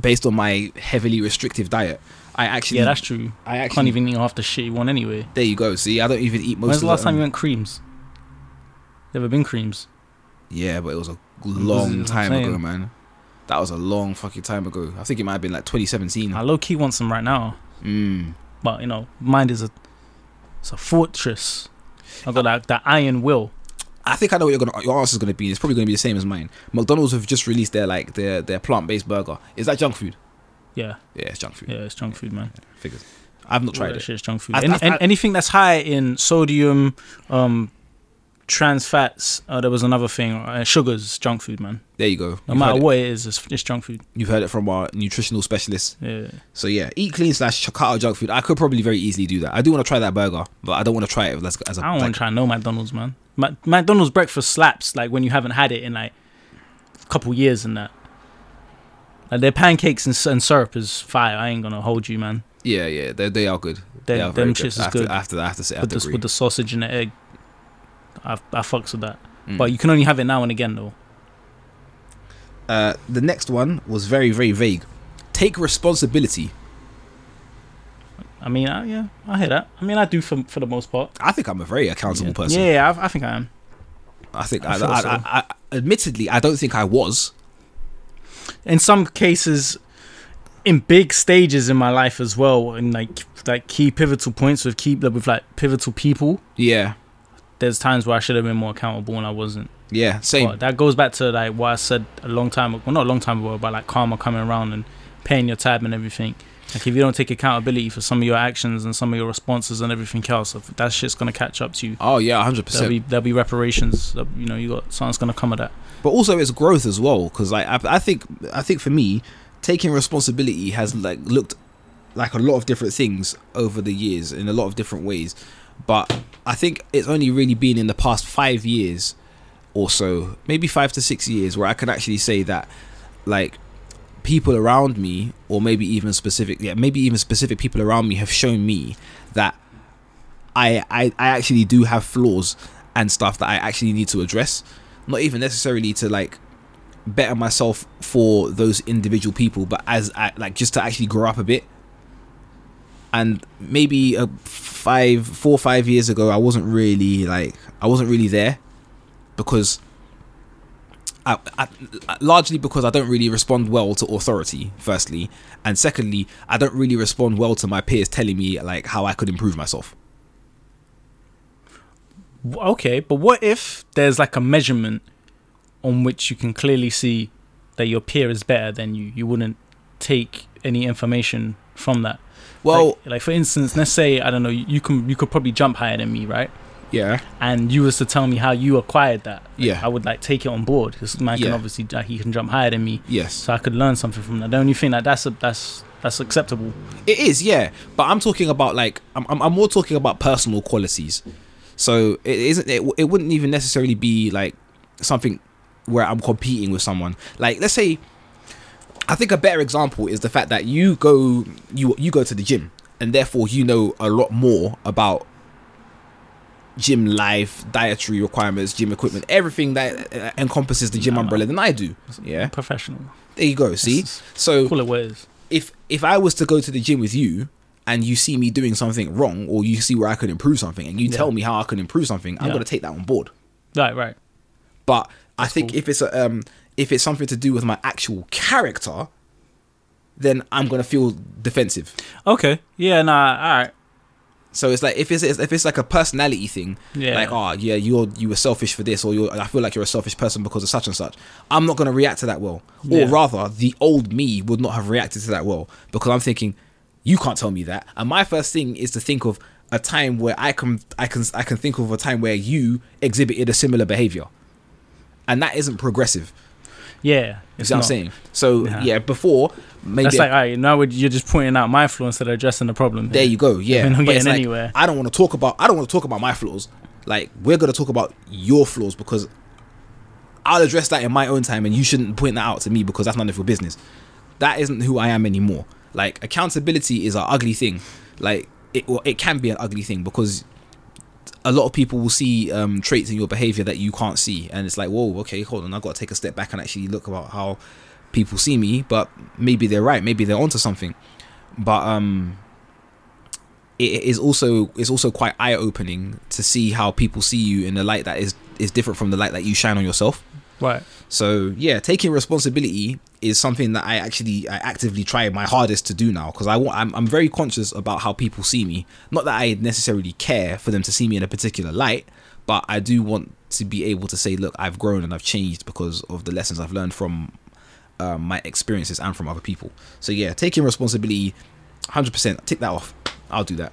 [SPEAKER 2] based on my heavily restrictive diet, I actually
[SPEAKER 1] Yeah, that's true.
[SPEAKER 2] I
[SPEAKER 1] I
[SPEAKER 2] actually
[SPEAKER 1] can't even eat half the shit you want anyway.
[SPEAKER 2] There you go. See, I don't even eat most.
[SPEAKER 1] When's
[SPEAKER 2] of
[SPEAKER 1] the last time you
[SPEAKER 2] um,
[SPEAKER 1] went creams? Never been creams.
[SPEAKER 2] Yeah, but it was a
[SPEAKER 1] This
[SPEAKER 2] long
[SPEAKER 1] is
[SPEAKER 2] time
[SPEAKER 1] insane.
[SPEAKER 2] ago, man. That was a long fucking time ago. I think it might have been like 2017.
[SPEAKER 1] I low key want some right now,
[SPEAKER 2] Mm.
[SPEAKER 1] but you know, mind is a it's a fortress. I got that that iron will.
[SPEAKER 2] I think I know what you're gonna your answer's gonna be. It's probably gonna be the same as mine. McDonald's have just released their like their their plant based burger. Is that junk food?
[SPEAKER 1] Yeah,
[SPEAKER 2] Yeah, it's junk food.
[SPEAKER 1] yeah, it's junk food, man.
[SPEAKER 2] Figures. I've not
[SPEAKER 1] All
[SPEAKER 2] tried
[SPEAKER 1] that
[SPEAKER 2] it.
[SPEAKER 1] shit is junk food.
[SPEAKER 2] I-
[SPEAKER 1] Any,
[SPEAKER 2] I-
[SPEAKER 1] an- anything that's high in sodium, um, trans fats. Uh, there was another thing. Uh, sugars, junk food, man.
[SPEAKER 2] There you go.
[SPEAKER 1] No
[SPEAKER 2] You've
[SPEAKER 1] matter
[SPEAKER 2] heard,
[SPEAKER 1] what it is, it's, it's junk food.
[SPEAKER 2] it. You've heard it from our nutritional specialist.
[SPEAKER 1] Yeah.
[SPEAKER 2] So yeah, eat clean slash cut out junk food. I could probably very easily do that. I do want to try that burger, but I don't want to try it as, as a
[SPEAKER 1] I don't want
[SPEAKER 2] like,
[SPEAKER 1] to try no McDonald's, man. Ma- McDonald's breakfast slaps like when you haven't had it in like a couple years and that. Like their pancakes and, s- and syrup is fire. I ain't gonna hold you, man.
[SPEAKER 2] Yeah, yeah, they, they are good.
[SPEAKER 1] They-
[SPEAKER 2] are
[SPEAKER 1] them
[SPEAKER 2] very
[SPEAKER 1] shits is
[SPEAKER 2] I have to-
[SPEAKER 1] good.
[SPEAKER 2] I have to, I have to say, I have
[SPEAKER 1] With
[SPEAKER 2] to
[SPEAKER 1] the,
[SPEAKER 2] agree.
[SPEAKER 1] with the sausage and the egg, I I fucks with that.
[SPEAKER 2] Mm.
[SPEAKER 1] But you can only have it now and again though.
[SPEAKER 2] Uh, the next one was very, very vague. Take responsibility.
[SPEAKER 1] I mean, I, yeah, I hear that. I mean, I do for for the most part.
[SPEAKER 2] I think I'm a very accountable
[SPEAKER 1] yeah.
[SPEAKER 2] person.
[SPEAKER 1] Yeah, yeah I, I think I am.
[SPEAKER 2] I think, I,
[SPEAKER 1] I
[SPEAKER 2] I,
[SPEAKER 1] feel
[SPEAKER 2] I,
[SPEAKER 1] so.
[SPEAKER 2] I, admittedly, I don't think I was.
[SPEAKER 1] In some cases, in big stages in my life as well, and like like key pivotal points with keep with like pivotal people.
[SPEAKER 2] Yeah,
[SPEAKER 1] there's times where I should have been more accountable and I wasn't.
[SPEAKER 2] yeah, same.
[SPEAKER 1] But that goes back to like what I said a long time ago, well, not a long time ago, but like karma coming around and paying your tab and everything. Like if you don't take accountability for some of your actions and some of your responses and everything else, if that shit's gonna catch up to you.
[SPEAKER 2] Oh yeah, hundred
[SPEAKER 1] There'll
[SPEAKER 2] percent.
[SPEAKER 1] be there'll be reparations. There'll- You know, you got something's gonna come of that.
[SPEAKER 2] But also, it's growth as well. Because like, I, I think, I think for me, taking responsibility has like looked like a lot of different things over the years in a lot of different ways. But I think it's only really been in the past five years or so, maybe five to six years, where I can actually say that like people around me, or maybe even specific, yeah, maybe even specific people around me have shown me that I I, I actually do have flaws and stuff that I actually need to address. Not even necessarily to like better myself for those individual people, but as I, like just to actually grow up a bit. And maybe uh, five, four or five years ago, I wasn't really like I wasn't really there because I, I, largely because I don't really respond well to authority, firstly, and secondly, I don't really respond well to my peers telling me like how I could improve myself.
[SPEAKER 1] W- Okay, but what if there's like a measurement on which you can clearly see that your peer is better than you? You wouldn't take any information from that.
[SPEAKER 2] Well,
[SPEAKER 1] like, like, for instance, let's say I don't know, you you can you could probably jump higher than me, right?
[SPEAKER 2] yeah,
[SPEAKER 1] And you was to tell me how you acquired that. Like,
[SPEAKER 2] Yeah.
[SPEAKER 1] I would like take it on board because man can
[SPEAKER 2] Yeah.
[SPEAKER 1] obviously like, he can jump higher than me,
[SPEAKER 2] yes,
[SPEAKER 1] so I could learn something from that. The only thing that that's a, that's that's acceptable.
[SPEAKER 2] it is. Yeah, but I'm talking about like I'm, I'm, I'm more talking about personal qualities. So it isn't. It, it wouldn't even necessarily be like something where I'm competing with someone. Like let's say, I think a better example is the fact that you go you you go to the gym and therefore you know a lot more about gym life, dietary requirements, gym equipment, everything that uh, encompasses the gym
[SPEAKER 1] No, no.
[SPEAKER 2] umbrella than I do. Yeah,
[SPEAKER 1] Professional.
[SPEAKER 2] there you go. See,
[SPEAKER 1] This
[SPEAKER 2] so
[SPEAKER 1] is- Call it what it is.
[SPEAKER 2] if if I was to go to the gym with you and you see me doing something wrong or you see where I could improve something and you
[SPEAKER 1] Yeah.
[SPEAKER 2] tell me how I can improve something, I'm
[SPEAKER 1] Yeah.
[SPEAKER 2] gonna take that on board.
[SPEAKER 1] Right, right.
[SPEAKER 2] But I think
[SPEAKER 1] cool.
[SPEAKER 2] if it's a, um if it's something to do with my actual character, then I'm gonna feel defensive.
[SPEAKER 1] Okay. Yeah, nah, alright.
[SPEAKER 2] So it's like if it's if it's like a personality thing,
[SPEAKER 1] Yeah.
[SPEAKER 2] like oh yeah you're you were selfish for this or you I feel like you're a selfish person because of such and such. I'm not gonna react to that well, or
[SPEAKER 1] Yeah.
[SPEAKER 2] rather the old me would not have reacted to that well because I'm thinking you can't tell me that. And my first thing is to think of a time where I can I can I can think of a time where you exhibited a similar behavior, and that isn't progressive.
[SPEAKER 1] Yeah.
[SPEAKER 2] You
[SPEAKER 1] it's
[SPEAKER 2] see what I'm
[SPEAKER 1] not.
[SPEAKER 2] saying? So
[SPEAKER 1] Nah.
[SPEAKER 2] yeah, before maybe
[SPEAKER 1] That's like, alright, now would- you're just pointing out my flaw instead of addressing the problem.
[SPEAKER 2] There you go. Yeah,
[SPEAKER 1] We're not
[SPEAKER 2] But
[SPEAKER 1] getting
[SPEAKER 2] it's like,
[SPEAKER 1] anywhere.
[SPEAKER 2] I don't want to talk about. I don't want to talk about my flaws. Like we're gonna talk about your flaws because I'll address that in my own time, and you shouldn't point that out to me because that's none of your business. That isn't who I am anymore. Like accountability is an ugly thing. Like it, well, it can be an ugly thing because a lot of people will see um, traits in your behavior that you can't see, and it's like, whoa, okay, hold on, I've got to take a step back and actually look about how people see me. But maybe they're right. Maybe they're onto something. But um, it is also it's also quite eye opening to see how people see you in the light that is is different from the light that you shine on yourself.
[SPEAKER 1] Right.
[SPEAKER 2] So yeah, taking responsibility is something that I actually I actively try my hardest to do now because I want I'm, I'm very conscious about how people see me. Not that I necessarily care for them to see me in a particular light, but I do want to be able to say, look, I've grown and I've changed because of the lessons I've learned from um, my experiences and from other people. So yeah, taking responsibility, hundred percent. Tick that off. I'll do that.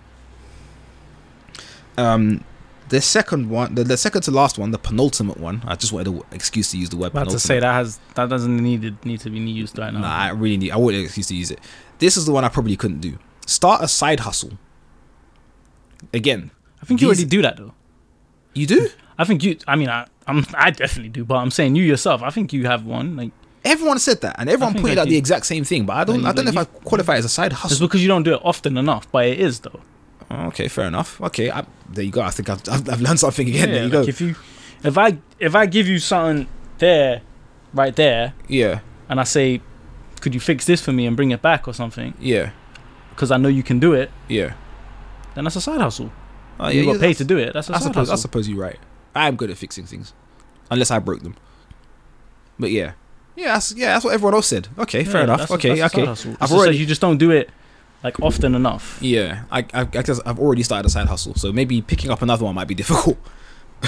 [SPEAKER 2] Um, the second one, the, the second to last one, the penultimate one. I just wanted an excuse to use the word.
[SPEAKER 1] About to
[SPEAKER 2] penultimate.
[SPEAKER 1] say that has that doesn't need need to be used right now.
[SPEAKER 2] Nah, I really need. I wouldn't excuse to use it. This is the one I probably couldn't do. Start a side hustle. Again,
[SPEAKER 1] I think you
[SPEAKER 2] these-
[SPEAKER 1] already do that though.
[SPEAKER 2] you do.
[SPEAKER 1] I think you. I mean, I, I'm. I definitely do, but I'm saying you yourself. I think you have one. Like
[SPEAKER 2] Everyone said that, and everyone
[SPEAKER 1] think
[SPEAKER 2] pointed
[SPEAKER 1] I
[SPEAKER 2] out the
[SPEAKER 1] did.
[SPEAKER 2] exact same thing. But I don't.
[SPEAKER 1] No,
[SPEAKER 2] I don't know
[SPEAKER 1] you-
[SPEAKER 2] if I qualify it as a side
[SPEAKER 1] it's
[SPEAKER 2] hustle.
[SPEAKER 1] because you don't do it often enough, but it is though.
[SPEAKER 2] Okay, fair enough. Okay, I, there you go. I think I've, I've, I've learned something again. there you
[SPEAKER 1] like
[SPEAKER 2] go.
[SPEAKER 1] If you, if I, if I give you something there, right there,
[SPEAKER 2] yeah,
[SPEAKER 1] and I say, could you fix this for me and bring it back or something?
[SPEAKER 2] yeah,
[SPEAKER 1] Because I know you can do it.
[SPEAKER 2] yeah.
[SPEAKER 1] Then that's a side hustle.
[SPEAKER 2] Oh,
[SPEAKER 1] you
[SPEAKER 2] yeah,
[SPEAKER 1] got paid
[SPEAKER 2] that's-
[SPEAKER 1] to do it. That's a
[SPEAKER 2] I
[SPEAKER 1] side
[SPEAKER 2] suppose. I
[SPEAKER 1] hustle.
[SPEAKER 2] suppose you're right. I am good at fixing things, unless I broke them. But yeah, yeah, that's, yeah. That's what everyone else said. Okay, fair
[SPEAKER 1] Yeah,
[SPEAKER 2] enough.
[SPEAKER 1] that's a-
[SPEAKER 2] Okay,
[SPEAKER 1] that's a side
[SPEAKER 2] okay.
[SPEAKER 1] hustle. It's
[SPEAKER 2] I've
[SPEAKER 1] just that
[SPEAKER 2] already-
[SPEAKER 1] You just don't do it like often enough.
[SPEAKER 2] Yeah, I, I, I guess I've already started a side hustle, so maybe picking up another one might be difficult.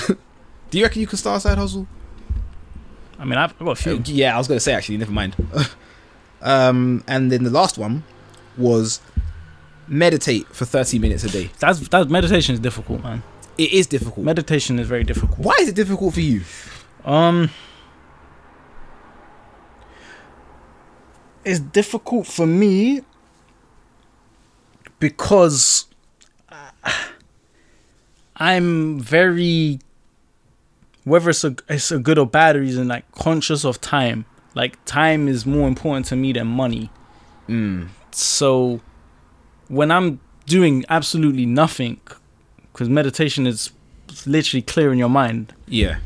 [SPEAKER 2] Do you reckon you can start a side hustle?
[SPEAKER 1] I mean, I've I've got a
[SPEAKER 2] Uh,
[SPEAKER 1] few.
[SPEAKER 2] yeah, I was gonna say actually. Never mind. um, and then the last one was meditate for thirty minutes a day.
[SPEAKER 1] That's that meditation is difficult, man.
[SPEAKER 2] It is difficult.
[SPEAKER 1] Meditation is very difficult.
[SPEAKER 2] Why is it difficult for you?
[SPEAKER 1] Um, it's difficult for me because uh, I'm very, whether it's a it's a good or bad reason, like conscious of time. Like time is more important to me than money.
[SPEAKER 2] Mm.
[SPEAKER 1] So when I'm doing absolutely nothing, because meditation is literally clearing your mind
[SPEAKER 2] Yeah.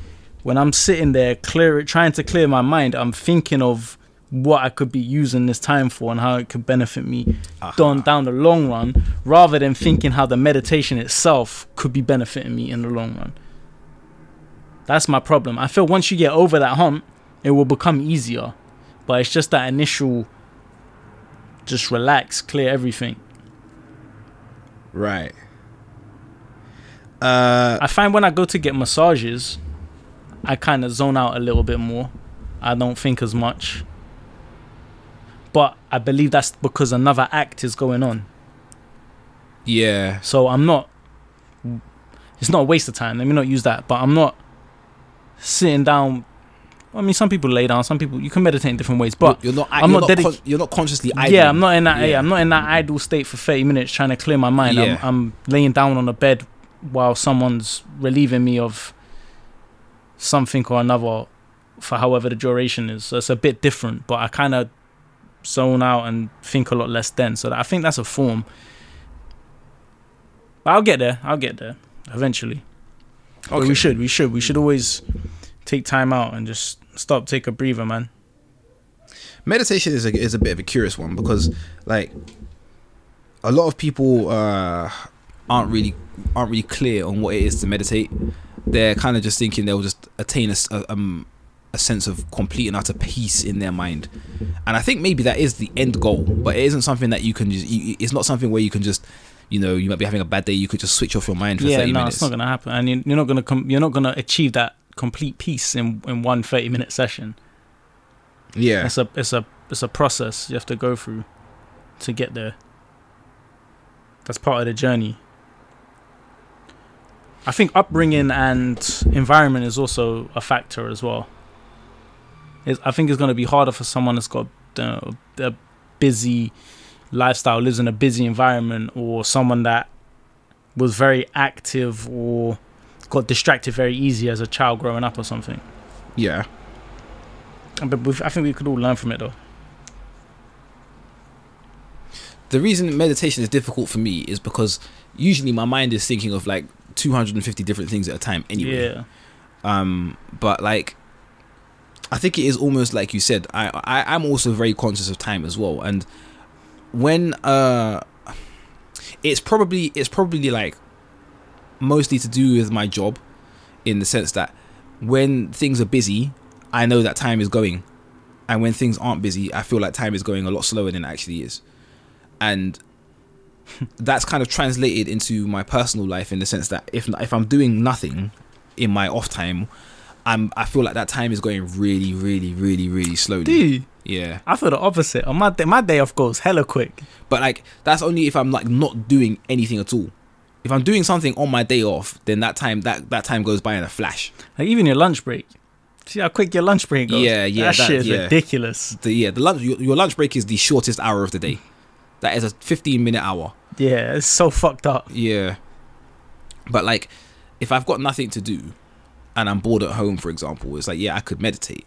[SPEAKER 1] when I'm sitting there clear trying to clear my mind, I'm thinking of what I could be using this time for and how it could benefit me
[SPEAKER 2] Aha.
[SPEAKER 1] down down the long run, rather than thinking how the meditation itself could be benefiting me in the long run. That's my problem. I feel once you get over that hump, it will become easier. But it's just that initial just relax, clear everything.
[SPEAKER 2] Right. Uh.
[SPEAKER 1] I find when I go to get massages, I kind of zone out a little bit more. I don't think as much. But I believe that's because another act is going on.
[SPEAKER 2] Yeah.
[SPEAKER 1] So I'm not. It's not a waste of time. Let me not use that. But I'm not sitting down. I mean, some people lay down. Some people you can meditate in different ways. But
[SPEAKER 2] you're not.
[SPEAKER 1] I'm
[SPEAKER 2] you're
[SPEAKER 1] not
[SPEAKER 2] not.
[SPEAKER 1] dedic-
[SPEAKER 2] con- you're not consciously. Idling.
[SPEAKER 1] yeah, I'm not in that. Yeah.
[SPEAKER 2] Yeah.
[SPEAKER 1] I'm not in that idle state for 30 minutes trying to clear my mind.
[SPEAKER 2] Yeah.
[SPEAKER 1] I'm, I'm laying down on a bed while someone's relieving me of something or another for however the duration is. So it's a bit different, but I kind of zone out and think a lot less then. So that, I think that's a form. But I'll get there. I'll get there eventually. But we should, we should, we should always take time out and just stop, take a breather, man.
[SPEAKER 2] meditation is a, is a bit of a curious one because like a lot of people uh, aren't really aren't really clear on what it is to meditate. They're kind of just thinking they'll just attain a, s- a- um, a sense of complete and utter peace in their mind, and I think maybe that is the end goal. But it isn't something that you can just. You, it's not something where you can just, you know, you might be having a bad day. You could just switch off your mind for
[SPEAKER 1] Yeah,
[SPEAKER 2] thirty
[SPEAKER 1] no,
[SPEAKER 2] minutes.
[SPEAKER 1] it's not gonna happen, and you- you're not gonna come, you're not gonna achieve that complete peace in in one 30 minute session.
[SPEAKER 2] yeah,
[SPEAKER 1] It's a it's a it's a process you have to go through to get there. That's part of the journey. I think upbringing and environment is also a factor as well. It's, I think it's going to be harder for someone that's got uh, a busy lifestyle, lives in a busy environment, or someone that was very active or got distracted very easy as a child growing up or something.
[SPEAKER 2] yeah.
[SPEAKER 1] But we've- I think we could all learn from it though.
[SPEAKER 2] the reason meditation is difficult for me is because usually my mind is thinking of like 250 different things at a time anyway
[SPEAKER 1] Yeah.
[SPEAKER 2] um but like i think it is almost like you said I, I i'm also very conscious of time as well and when uh it's probably it's probably like mostly to do with my job in the sense that when things are busy i know that time is going and when things aren't busy i feel like time is going a lot slower than it actually is and that's kind of translated into my personal life in the sense that if if i'm doing nothing in my off time i'm i feel like that time is going really really really really slowly
[SPEAKER 1] Dude.
[SPEAKER 2] yeah
[SPEAKER 1] I feel the opposite. On my day, my day off goes hella quick.
[SPEAKER 2] But like that's only if I'm like not doing anything at all. If I'm doing something on my day off, then that time that that time goes by in a flash.
[SPEAKER 1] Like even your lunch break. See how quick your lunch break goes.
[SPEAKER 2] Yeah, yeah,
[SPEAKER 1] That,
[SPEAKER 2] that-
[SPEAKER 1] shit is
[SPEAKER 2] yeah.
[SPEAKER 1] ridiculous.
[SPEAKER 2] The yeah, the lunch your, your lunch break is the shortest hour of the day. That is a 15 minute hour.
[SPEAKER 1] Yeah, it's so fucked up.
[SPEAKER 2] Yeah. But like if I've got nothing to do and I'm bored at home for example, it's like yeah, I could meditate.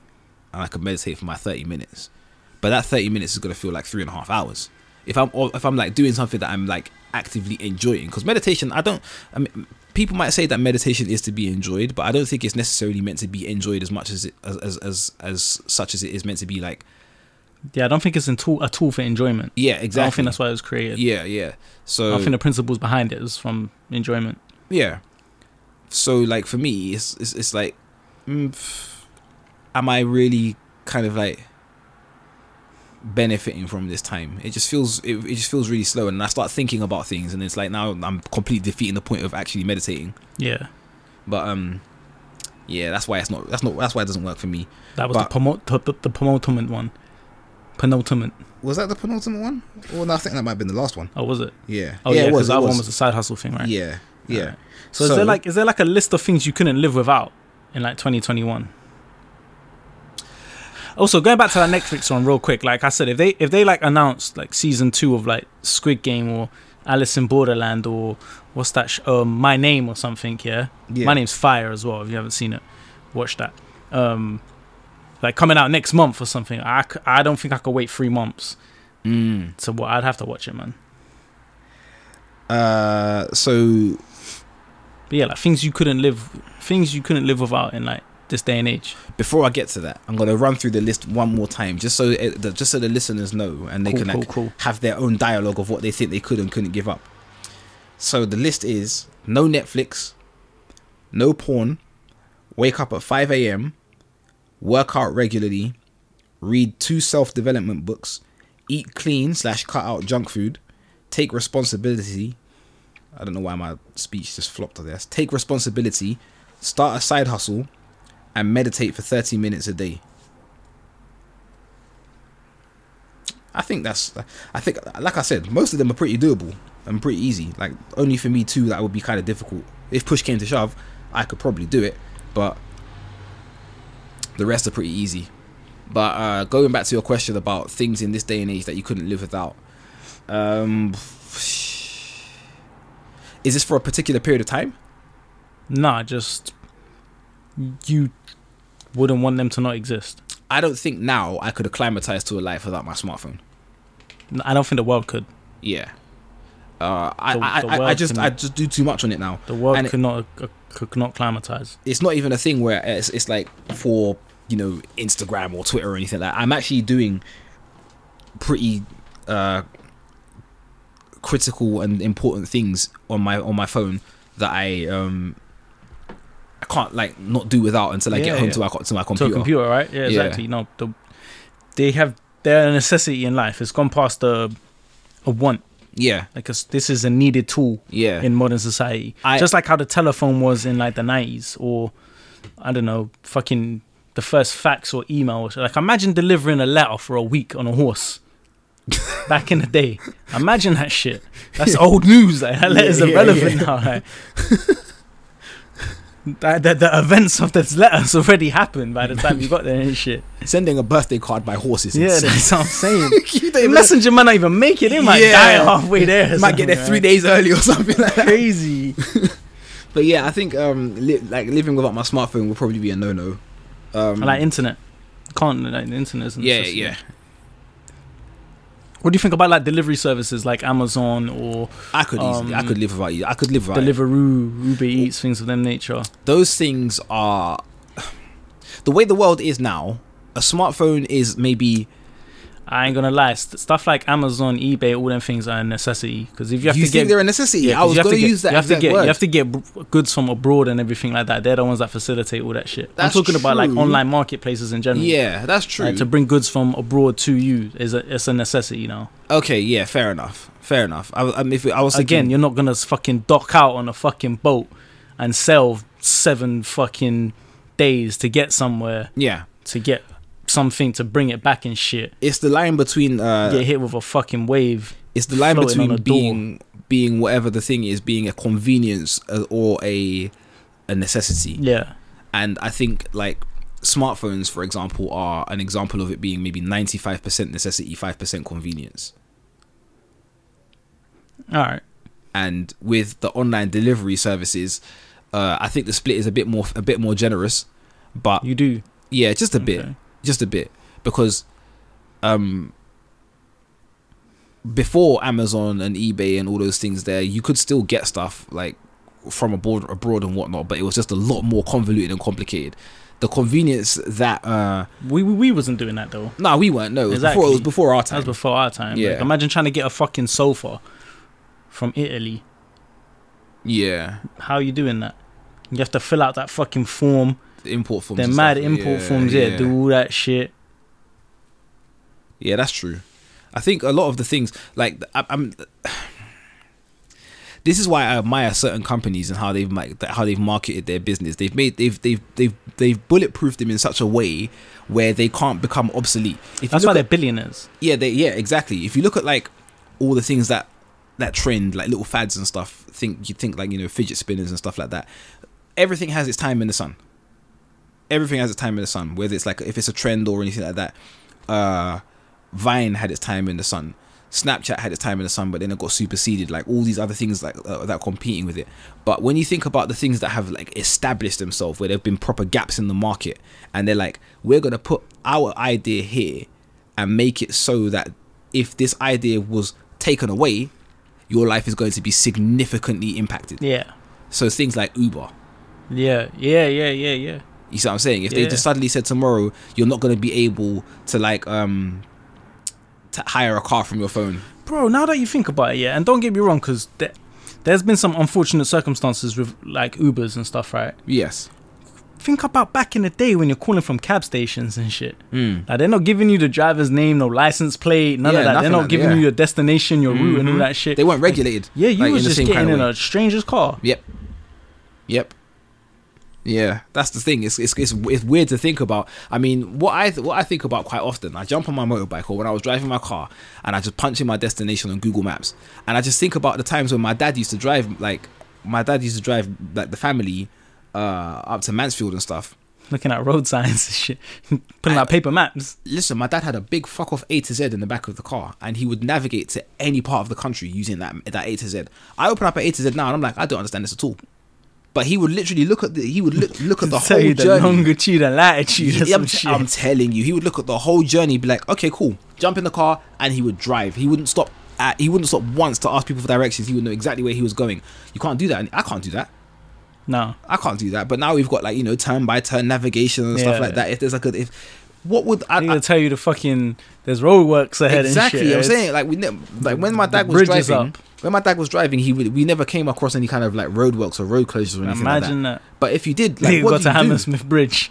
[SPEAKER 2] And I could meditate for my 30 minutes. But that 30 minutes is going to feel like three and a half hours. If I'm or if I'm like doing something that I'm like actively enjoying because meditation I don't I mean people might say that meditation is to be enjoyed but I don't think it's necessarily meant to be enjoyed as much as it as as as, as such as it is meant to be like
[SPEAKER 1] Yeah, I don't think it's a tool, a tool for enjoyment.
[SPEAKER 2] yeah
[SPEAKER 1] I don't
[SPEAKER 2] exactly
[SPEAKER 1] think that's why it was created.
[SPEAKER 2] yeah yeah so
[SPEAKER 1] I think the principles behind it is from enjoyment.
[SPEAKER 2] Yeah. So like for me, it's it's, it's like, mm, pff, am I really kind of like benefiting from this time? It just feels it, it just feels really slow, and I start thinking about things, and it's like now I'm completely defeating the point of actually meditating.
[SPEAKER 1] Yeah,
[SPEAKER 2] But um, yeah, that's why it's not that's not that's why it doesn't work for me.
[SPEAKER 1] that was
[SPEAKER 2] But-
[SPEAKER 1] the, pomo- the, the, the penultimate one. Penultimate.
[SPEAKER 2] Was that the penultimate one? Well, no, I think that might have been the last one.
[SPEAKER 1] Oh, was it?
[SPEAKER 2] Yeah.
[SPEAKER 1] Oh yeah, because that one was a side hustle thing, right?
[SPEAKER 2] Yeah. Yeah.
[SPEAKER 1] Alright. So, is there like is there like a list of things you couldn't live without in like 2021? Also, going back to that Netflix one real quick, like I said, if they if they like announced like season two of like Squid Game or Alice in Borderland or what's that? Sh- um, My Name or something, yeah?
[SPEAKER 2] yeah.
[SPEAKER 1] My name's Fire as well. If you haven't seen it, watch that. Um, like coming out next month or something. I c- I don't think I could wait three months
[SPEAKER 2] Mm.
[SPEAKER 1] to what I'd have to watch it, man.
[SPEAKER 2] Uh, so
[SPEAKER 1] But yeah, like things you couldn't live, things you couldn't live without in like this day and age.
[SPEAKER 2] before I get to that, I'm gonna run through the list one more time, just so it, the, just so the listeners know and they
[SPEAKER 1] cool,
[SPEAKER 2] can
[SPEAKER 1] cool,
[SPEAKER 2] like,
[SPEAKER 1] cool.
[SPEAKER 2] have their own dialogue of what they think they could and couldn't give up. So the list is no Netflix, no porn, wake up at 5 a.m., work out regularly, read two self development books, eat clean slash cut out junk food, take responsibility. I don't know why my speech just flopped on this. Take responsibility, start a side hustle, and meditate for 30 minutes a day. I think that's. I think, like I said, most of them are pretty doable and pretty easy. Like only for me too, that would be kind of difficult. If push came to shove, I could probably do it, but the rest are pretty easy. But uh, going back to your question about things in this day and age that you couldn't live without, um, is this for a particular period of time?
[SPEAKER 1] Nah, just you wouldn't want them to not exist.
[SPEAKER 2] I don't think now I could acclimatize to a life without my smartphone.
[SPEAKER 1] N- I don't think the world could.
[SPEAKER 2] Yeah. Uh, I,
[SPEAKER 1] The-
[SPEAKER 2] I,
[SPEAKER 1] the
[SPEAKER 2] I, I
[SPEAKER 1] world
[SPEAKER 2] just
[SPEAKER 1] can-
[SPEAKER 2] I just do too much on it now.
[SPEAKER 1] The world
[SPEAKER 2] And it-
[SPEAKER 1] could not uh, could not climatize.
[SPEAKER 2] It's not even a thing where it's, it's like for you know Instagram or Twitter or anything like. that. I'm actually doing pretty uh, critical and important things on my on my phone that I um I can't like not do without until I
[SPEAKER 1] Yeah,
[SPEAKER 2] get home
[SPEAKER 1] yeah.
[SPEAKER 2] to my co- to my
[SPEAKER 1] to a
[SPEAKER 2] computer.
[SPEAKER 1] computer, right? Yeah,
[SPEAKER 2] Yeah.
[SPEAKER 1] exactly. No, the, they have they're a necessity in life. It's gone past a a want.
[SPEAKER 2] Yeah,
[SPEAKER 1] Like a s this is a needed tool
[SPEAKER 2] yeah.
[SPEAKER 1] in modern society.
[SPEAKER 2] I-
[SPEAKER 1] Just like how the telephone was in like the nineties, or I don't know, fucking the first fax or email. or so- Like imagine delivering a letter for a week on a horse. Back in the day, imagine that shit. That's old news. Like, that letter's
[SPEAKER 2] Yeah, yeah,
[SPEAKER 1] irrelevant
[SPEAKER 2] yeah.
[SPEAKER 1] now. Like. that, that, the events of this letter's already happened by the time you got there and shit.
[SPEAKER 2] Sending a birthday card by horses. is
[SPEAKER 1] Yeah,
[SPEAKER 2] insane.
[SPEAKER 1] that's what I'm saying.
[SPEAKER 2] You don't
[SPEAKER 1] The
[SPEAKER 2] even-
[SPEAKER 1] messenger might not even make it. It might die
[SPEAKER 2] Yeah.
[SPEAKER 1] halfway there. or
[SPEAKER 2] might get there
[SPEAKER 1] something,
[SPEAKER 2] three
[SPEAKER 1] right?
[SPEAKER 2] days early or something like that.
[SPEAKER 1] Crazy.
[SPEAKER 2] But yeah, I think um li- like living without my smartphone will probably be a no no. Um,
[SPEAKER 1] like internet. Can't like the internet isn't
[SPEAKER 2] yeah,
[SPEAKER 1] accessible.
[SPEAKER 2] yeah.
[SPEAKER 1] What do you think about like delivery services like Amazon or
[SPEAKER 2] I could easily, I
[SPEAKER 1] Um,
[SPEAKER 2] could live without you. I could live without it.
[SPEAKER 1] Deliveroo, Uber Eats, things of them nature?
[SPEAKER 2] those things are the way the world is now. A smartphone is maybe
[SPEAKER 1] I ain't gonna lie, st- stuff like Amazon, eBay, all them things are a necessity because if you
[SPEAKER 2] you,
[SPEAKER 1] have to
[SPEAKER 2] think
[SPEAKER 1] get
[SPEAKER 2] they're a necessity.
[SPEAKER 1] yeah,
[SPEAKER 2] I
[SPEAKER 1] 'cause
[SPEAKER 2] was
[SPEAKER 1] you have
[SPEAKER 2] going
[SPEAKER 1] to
[SPEAKER 2] to
[SPEAKER 1] get-
[SPEAKER 2] use that
[SPEAKER 1] You have to
[SPEAKER 2] exact
[SPEAKER 1] get
[SPEAKER 2] word.
[SPEAKER 1] you have to get br- goods from abroad and everything like that. They're the ones that facilitate all that shit.
[SPEAKER 2] That's
[SPEAKER 1] I'm talking about like
[SPEAKER 2] true.
[SPEAKER 1] online marketplaces in general.
[SPEAKER 2] yeah, that's true.
[SPEAKER 1] Like, to bring goods from abroad to you is a it's a necessity now.
[SPEAKER 2] okay, yeah, fair enough. Fair enough. I, I mean, if it, I was thinking,
[SPEAKER 1] Again, you're not gonna s- fucking dock out on a fucking boat and sail seven fucking days to get somewhere
[SPEAKER 2] yeah,
[SPEAKER 1] to get something to bring it back and shit.
[SPEAKER 2] it's the line between uh,
[SPEAKER 1] get hit with a fucking wave.
[SPEAKER 2] It's the line
[SPEAKER 1] floating on a
[SPEAKER 2] between
[SPEAKER 1] door.
[SPEAKER 2] being being whatever the thing is, being a convenience uh, or a a necessity.
[SPEAKER 1] Yeah,
[SPEAKER 2] And I think like smartphones, for example, are an example of it being maybe ninety five percent necessity, five percent convenience.
[SPEAKER 1] all right.
[SPEAKER 2] And with the online delivery services, uh, I think the split is a bit more a bit more generous, but
[SPEAKER 1] You do
[SPEAKER 2] yeah, just a bit.
[SPEAKER 1] Okay.
[SPEAKER 2] just a bit because um before Amazon and eBay and all those things there you could still get stuff like from abroad abroad and whatnot but it was just a lot more convoluted and complicated the convenience that uh
[SPEAKER 1] We, we we wasn't doing that though.
[SPEAKER 2] no we weren't no it was before it
[SPEAKER 1] Exactly.
[SPEAKER 2] was before our
[SPEAKER 1] That
[SPEAKER 2] time
[SPEAKER 1] was before our time.
[SPEAKER 2] Yeah.
[SPEAKER 1] Like, imagine trying to get a fucking sofa from Italy.
[SPEAKER 2] yeah
[SPEAKER 1] How you doing that? You have to fill out that fucking form.
[SPEAKER 2] the import forms
[SPEAKER 1] They're
[SPEAKER 2] and
[SPEAKER 1] mad
[SPEAKER 2] stuff,
[SPEAKER 1] import forms. Yeah, do all that shit.
[SPEAKER 2] Yeah, that's true. I think a lot of the things like I, I'm. This is why I admire certain companies and how they've ma- how they've marketed their business. They've made they've they've they've they've bulletproofed them in such a way where they can't become obsolete. If you
[SPEAKER 1] That's
[SPEAKER 2] look
[SPEAKER 1] why
[SPEAKER 2] at-
[SPEAKER 1] they're billionaires.
[SPEAKER 2] yeah, they, yeah, exactly. If you look at like all the things that that trend, like little fads and stuff, think you think like you know fidget spinners and stuff like that. Everything has its time in the sun. Everything has its time in the sun. Whether it's like if it's a trend or anything like that. Uh, Vine had its time in the sun. Snapchat had its time in the sun, but then it got superseded. Like all these other things like uh, that are competing with it. But when you think about the things that have like established themselves, where there've been proper gaps in the market, and they're like, we're gonna put our idea here and make it so that if this idea was taken away, your life is going to be significantly impacted.
[SPEAKER 1] Yeah,
[SPEAKER 2] So things like Uber.
[SPEAKER 1] yeah, yeah, yeah, yeah, yeah.
[SPEAKER 2] You see what I'm saying? If they
[SPEAKER 1] Yeah.
[SPEAKER 2] just suddenly said tomorrow you're not going to be able to like um to hire a car from your phone.
[SPEAKER 1] bro now that you think about it yeah and don't get me wrong because there's been some unfortunate circumstances with like ubers and stuff right
[SPEAKER 2] Yes.
[SPEAKER 1] think about back in the day when you're calling from cab stations and shit like they're not giving you the driver's name no license plate none
[SPEAKER 2] Hmm. Yeah,
[SPEAKER 1] of that
[SPEAKER 2] nothing
[SPEAKER 1] they're not
[SPEAKER 2] like-
[SPEAKER 1] giving
[SPEAKER 2] yeah. Mm-hmm.
[SPEAKER 1] you your destination your route and all that shit
[SPEAKER 2] They weren't regulated.
[SPEAKER 1] yeah you
[SPEAKER 2] like,
[SPEAKER 1] was just getting
[SPEAKER 2] kinda
[SPEAKER 1] in
[SPEAKER 2] way.
[SPEAKER 1] a stranger's car
[SPEAKER 2] Yep. Yep. Yeah, that's the thing. It's, it's it's it's weird to think about. I mean, what I what I think about quite often, I jump on my motorbike or when I was driving my car, and I just punch in my destination on Google Maps, and I just think about the times when my dad used to drive. Like my dad used to drive like the family uh, up to Mansfield and stuff.
[SPEAKER 1] looking at road signs and shit putting out paper maps
[SPEAKER 2] Listen, my dad had a big fuck off A to Z in the back of the car, and he would navigate to any part of the country using that that A to Z. I open up an A to Z now, and I'm like, I don't understand this at all. But he would literally look at the he would look look at the
[SPEAKER 1] tell
[SPEAKER 2] whole
[SPEAKER 1] you the
[SPEAKER 2] journey.
[SPEAKER 1] longitude and latitude and
[SPEAKER 2] Yeah,
[SPEAKER 1] some
[SPEAKER 2] I'm,
[SPEAKER 1] shit.
[SPEAKER 2] I'm telling you, he would look at the whole journey, be like, okay, cool, jump in the car, and he would drive. He wouldn't stop at, he wouldn't stop once to ask people for directions. He would know exactly where he was going. You can't do that. And I can't do that.
[SPEAKER 1] No.
[SPEAKER 2] I can't do that. But now we've got like you know turn by turn navigation and
[SPEAKER 1] Yeah.
[SPEAKER 2] stuff like that. If there's like a if what would I,
[SPEAKER 1] They
[SPEAKER 2] I
[SPEAKER 1] gonna tell you the fucking there's roadworks ahead
[SPEAKER 2] exactly?
[SPEAKER 1] and shit.
[SPEAKER 2] I'm saying like we ne- like when my dad was
[SPEAKER 1] bridge is
[SPEAKER 2] driving.
[SPEAKER 1] up.
[SPEAKER 2] When my dad was driving, he would, we never came across any kind of like roadworks or road closures or anything like
[SPEAKER 1] Imagine that.
[SPEAKER 2] that. But if you did, like,
[SPEAKER 1] you
[SPEAKER 2] what
[SPEAKER 1] got to
[SPEAKER 2] do you do?
[SPEAKER 1] Hammersmith Bridge.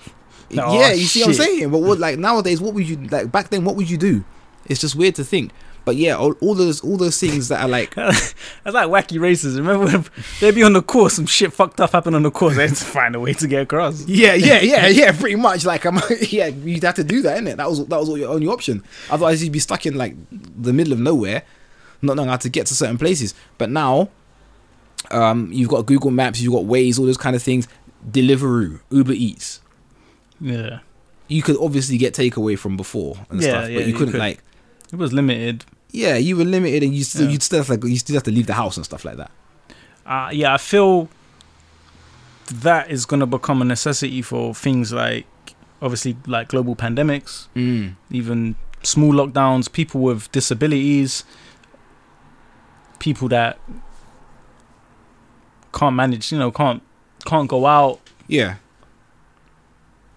[SPEAKER 1] Oh,
[SPEAKER 2] yeah, you see what I'm
[SPEAKER 1] shit.
[SPEAKER 2] saying? But what like nowadays, what would you like back then? What would you do? It's just weird to think. But yeah, all, all those all those things that are like
[SPEAKER 1] That's like wacky races. Remember when they'd be on the course, some shit fucked up happened on the course. They had to find a way to get across.
[SPEAKER 2] yeah yeah yeah yeah pretty much like I'm yeah you'd have to do that innit? That was that was your only option. Otherwise you'd be stuck in like the middle of nowhere, not knowing how to get to certain places. But now, um, you've got Google Maps, you've got Waze, all those kind of things. Deliveroo, Uber Eats.
[SPEAKER 1] Yeah.
[SPEAKER 2] You could obviously get takeaway from before and
[SPEAKER 1] Yeah,
[SPEAKER 2] stuff,
[SPEAKER 1] yeah,
[SPEAKER 2] but you
[SPEAKER 1] you
[SPEAKER 2] couldn't
[SPEAKER 1] could.
[SPEAKER 2] like
[SPEAKER 1] It was limited.
[SPEAKER 2] yeah you were limited and you still
[SPEAKER 1] Yeah.
[SPEAKER 2] you'd still have to, like you still have to leave the house and stuff like that.
[SPEAKER 1] Uh, yeah, I feel that is going to become a necessity for things like, obviously, like global pandemics,
[SPEAKER 2] Mm.
[SPEAKER 1] even small lockdowns, people with disabilities, people that can't manage, you know, can't can't go out.
[SPEAKER 2] Yeah.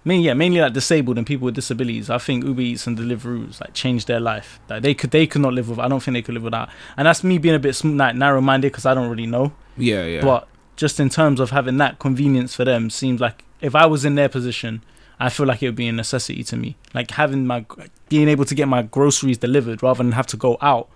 [SPEAKER 1] I mean, yeah, mainly like disabled and people with disabilities. I think Uber Eats and Deliveroo's like changed their life. Like they could, they could not live with. I don't think they could live without. And that's me being a bit sm- like narrow-minded because I don't really know.
[SPEAKER 2] Yeah, yeah.
[SPEAKER 1] But just in terms of having that convenience for them, seems like if I was in their position, I feel like it would be a necessity to me. Like having my being able to get my groceries delivered rather than have to go out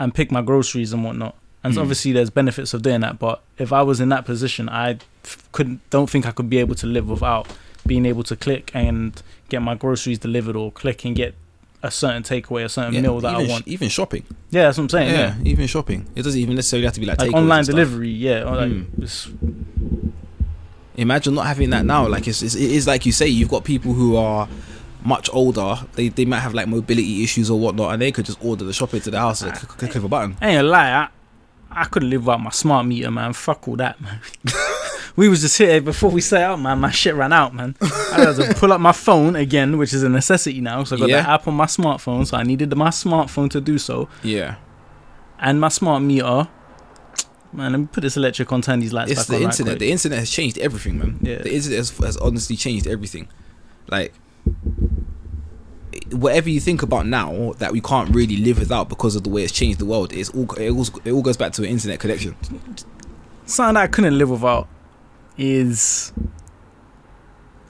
[SPEAKER 1] and pick my groceries and whatnot. And so
[SPEAKER 2] Hmm.
[SPEAKER 1] obviously, there's benefits of doing that. But if I was in that position, I f- couldn't. Don't think I could be able to live without being able to click and get my groceries delivered, or click and get a certain takeaway, a certain
[SPEAKER 2] Yeah,
[SPEAKER 1] meal that
[SPEAKER 2] even
[SPEAKER 1] I
[SPEAKER 2] sh-
[SPEAKER 1] want.
[SPEAKER 2] even shopping.
[SPEAKER 1] Yeah, that's what I'm saying. yeah.
[SPEAKER 2] Yeah, even shopping. It doesn't even necessarily have to be like,
[SPEAKER 1] like
[SPEAKER 2] takeaways
[SPEAKER 1] online
[SPEAKER 2] and stuff.
[SPEAKER 1] delivery. Yeah, or like
[SPEAKER 2] Hmm.
[SPEAKER 1] it's
[SPEAKER 2] Imagine not having that now. Like it's, it's it is like you say, you've got people who are much older. They they might have like mobility issues or whatnot, and they could just order the shopping to the house at a click, click of a button.
[SPEAKER 1] I ain't gonna lie, I, I couldn't live without my smart meter, man. Fuck all that, man. we was just here before we set up, man. My shit ran out, man. I had to pull up my phone again, which is a necessity now. So I got
[SPEAKER 2] Yeah.
[SPEAKER 1] that app on my smartphone, so I needed my smartphone to do so,
[SPEAKER 2] Yeah,
[SPEAKER 1] and my smart meter. Man, let me put this electric on. Turn these lights
[SPEAKER 2] it's
[SPEAKER 1] back
[SPEAKER 2] the
[SPEAKER 1] on. right
[SPEAKER 2] internet.
[SPEAKER 1] quick.
[SPEAKER 2] the internet has changed everything, man.
[SPEAKER 1] Yeah.
[SPEAKER 2] The internet has, has honestly changed everything. Like whatever you think about now that we can't really live without because of the way it's changed the world, it's all it all, it all goes back to an internet connection.
[SPEAKER 1] Something I couldn't live without is,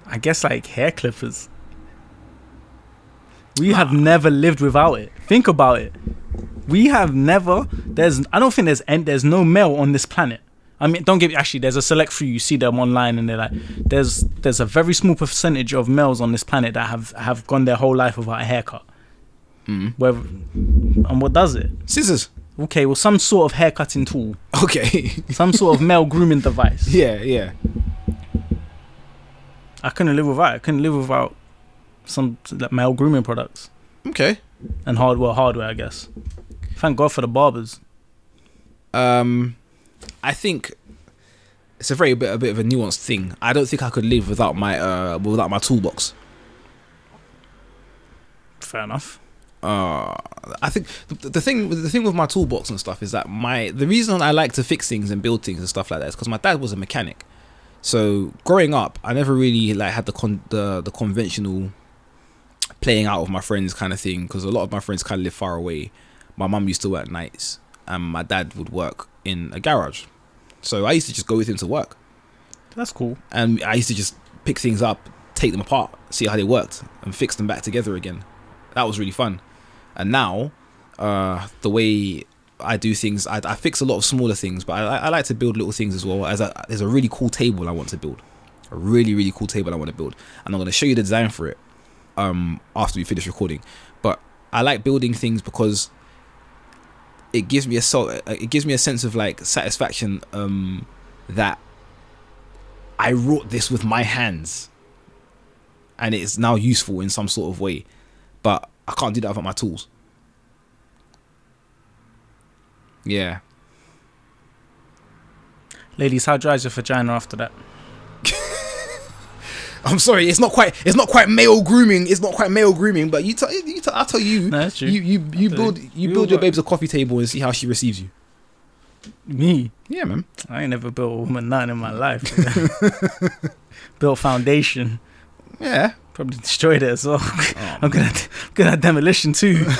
[SPEAKER 1] I guess, like hair clippers. We have never lived without it. Think about it. We have never. There's. I don't think there's. And there's no male on this planet. I mean, don't get me. Actually, there's a select few. You see them online, and they're like, there's. There's a very small percentage of males on this planet that have have gone their whole life without a haircut.
[SPEAKER 2] Mm.
[SPEAKER 1] Where, and what does it?
[SPEAKER 2] Scissors.
[SPEAKER 1] Okay, well, some sort of haircutting tool,
[SPEAKER 2] Okay.
[SPEAKER 1] some sort of male grooming device.
[SPEAKER 2] yeah, yeah.
[SPEAKER 1] I couldn't live without. it. I couldn't live without some like, male grooming products
[SPEAKER 2] Okay.
[SPEAKER 1] and hardware. Hardware, I guess. Thank God for the barbers.
[SPEAKER 2] Um, I think it's a very bit a bit of a nuanced thing. I don't think I could live without my uh without my toolbox.
[SPEAKER 1] Fair enough.
[SPEAKER 2] Uh, I think the, the thing the thing with my toolbox and stuff is that my the reason I like to fix things and build things and stuff like that is because my dad was a mechanic. So growing up, I never really like had the con- the the conventional playing out with my friends kind of thing because a lot of my friends kind of live far away. My mum used to work nights, and my dad would work in a garage. So I used to just go with him to work.
[SPEAKER 1] That's cool.
[SPEAKER 2] and I used to just pick things up, take them apart, see how they worked, and fix them back together again. That was really fun. And now, uh, the way I do things, I, I fix a lot of smaller things, but I, I like to build little things as well. As I, there's a really cool table I want to build, a really really cool table I want to build, and I'm going to show you the design for it um, after we finish recording. But I like building things because it gives me a so it gives me a sense of like satisfaction um, that I wrought this with my hands and it's now useful in some sort of way. But I can't do that without my tools. Yeah.
[SPEAKER 1] Ladies, how dry is your vagina after that?
[SPEAKER 2] I'm sorry, it's not quite it's not quite male grooming. It's not quite male grooming, but you tell you tell I tell you
[SPEAKER 1] No, that's true.
[SPEAKER 2] Mm. you you, you
[SPEAKER 1] I'll
[SPEAKER 2] build
[SPEAKER 1] tell you.
[SPEAKER 2] you
[SPEAKER 1] It
[SPEAKER 2] build
[SPEAKER 1] will
[SPEAKER 2] your
[SPEAKER 1] work.
[SPEAKER 2] babes a coffee table and see how she receives you.
[SPEAKER 1] Me,
[SPEAKER 2] Yeah, man.
[SPEAKER 1] I ain't never built a woman nine in my life. built foundation,
[SPEAKER 2] Yeah.
[SPEAKER 1] probably destroyed it as well.
[SPEAKER 2] Oh,
[SPEAKER 1] I'm good at good at demolition too.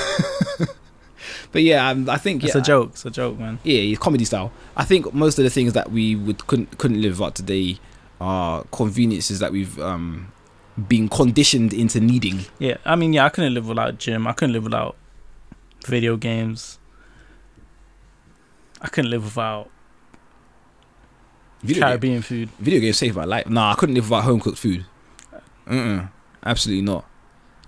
[SPEAKER 2] But yeah, um, I think
[SPEAKER 1] It's
[SPEAKER 2] yeah,
[SPEAKER 1] a joke. It's a joke, man.
[SPEAKER 2] yeah, yeah, comedy style. I think most of the things that we would couldn't couldn't live without today are conveniences that we've um been conditioned into needing.
[SPEAKER 1] Yeah, I mean, yeah, I couldn't live without gym. I couldn't live without video games. I couldn't live without
[SPEAKER 2] Video, game-
[SPEAKER 1] Caribbean food.
[SPEAKER 2] video games saved my life. Nah, I couldn't live without home cooked food. Mm-mm, absolutely not.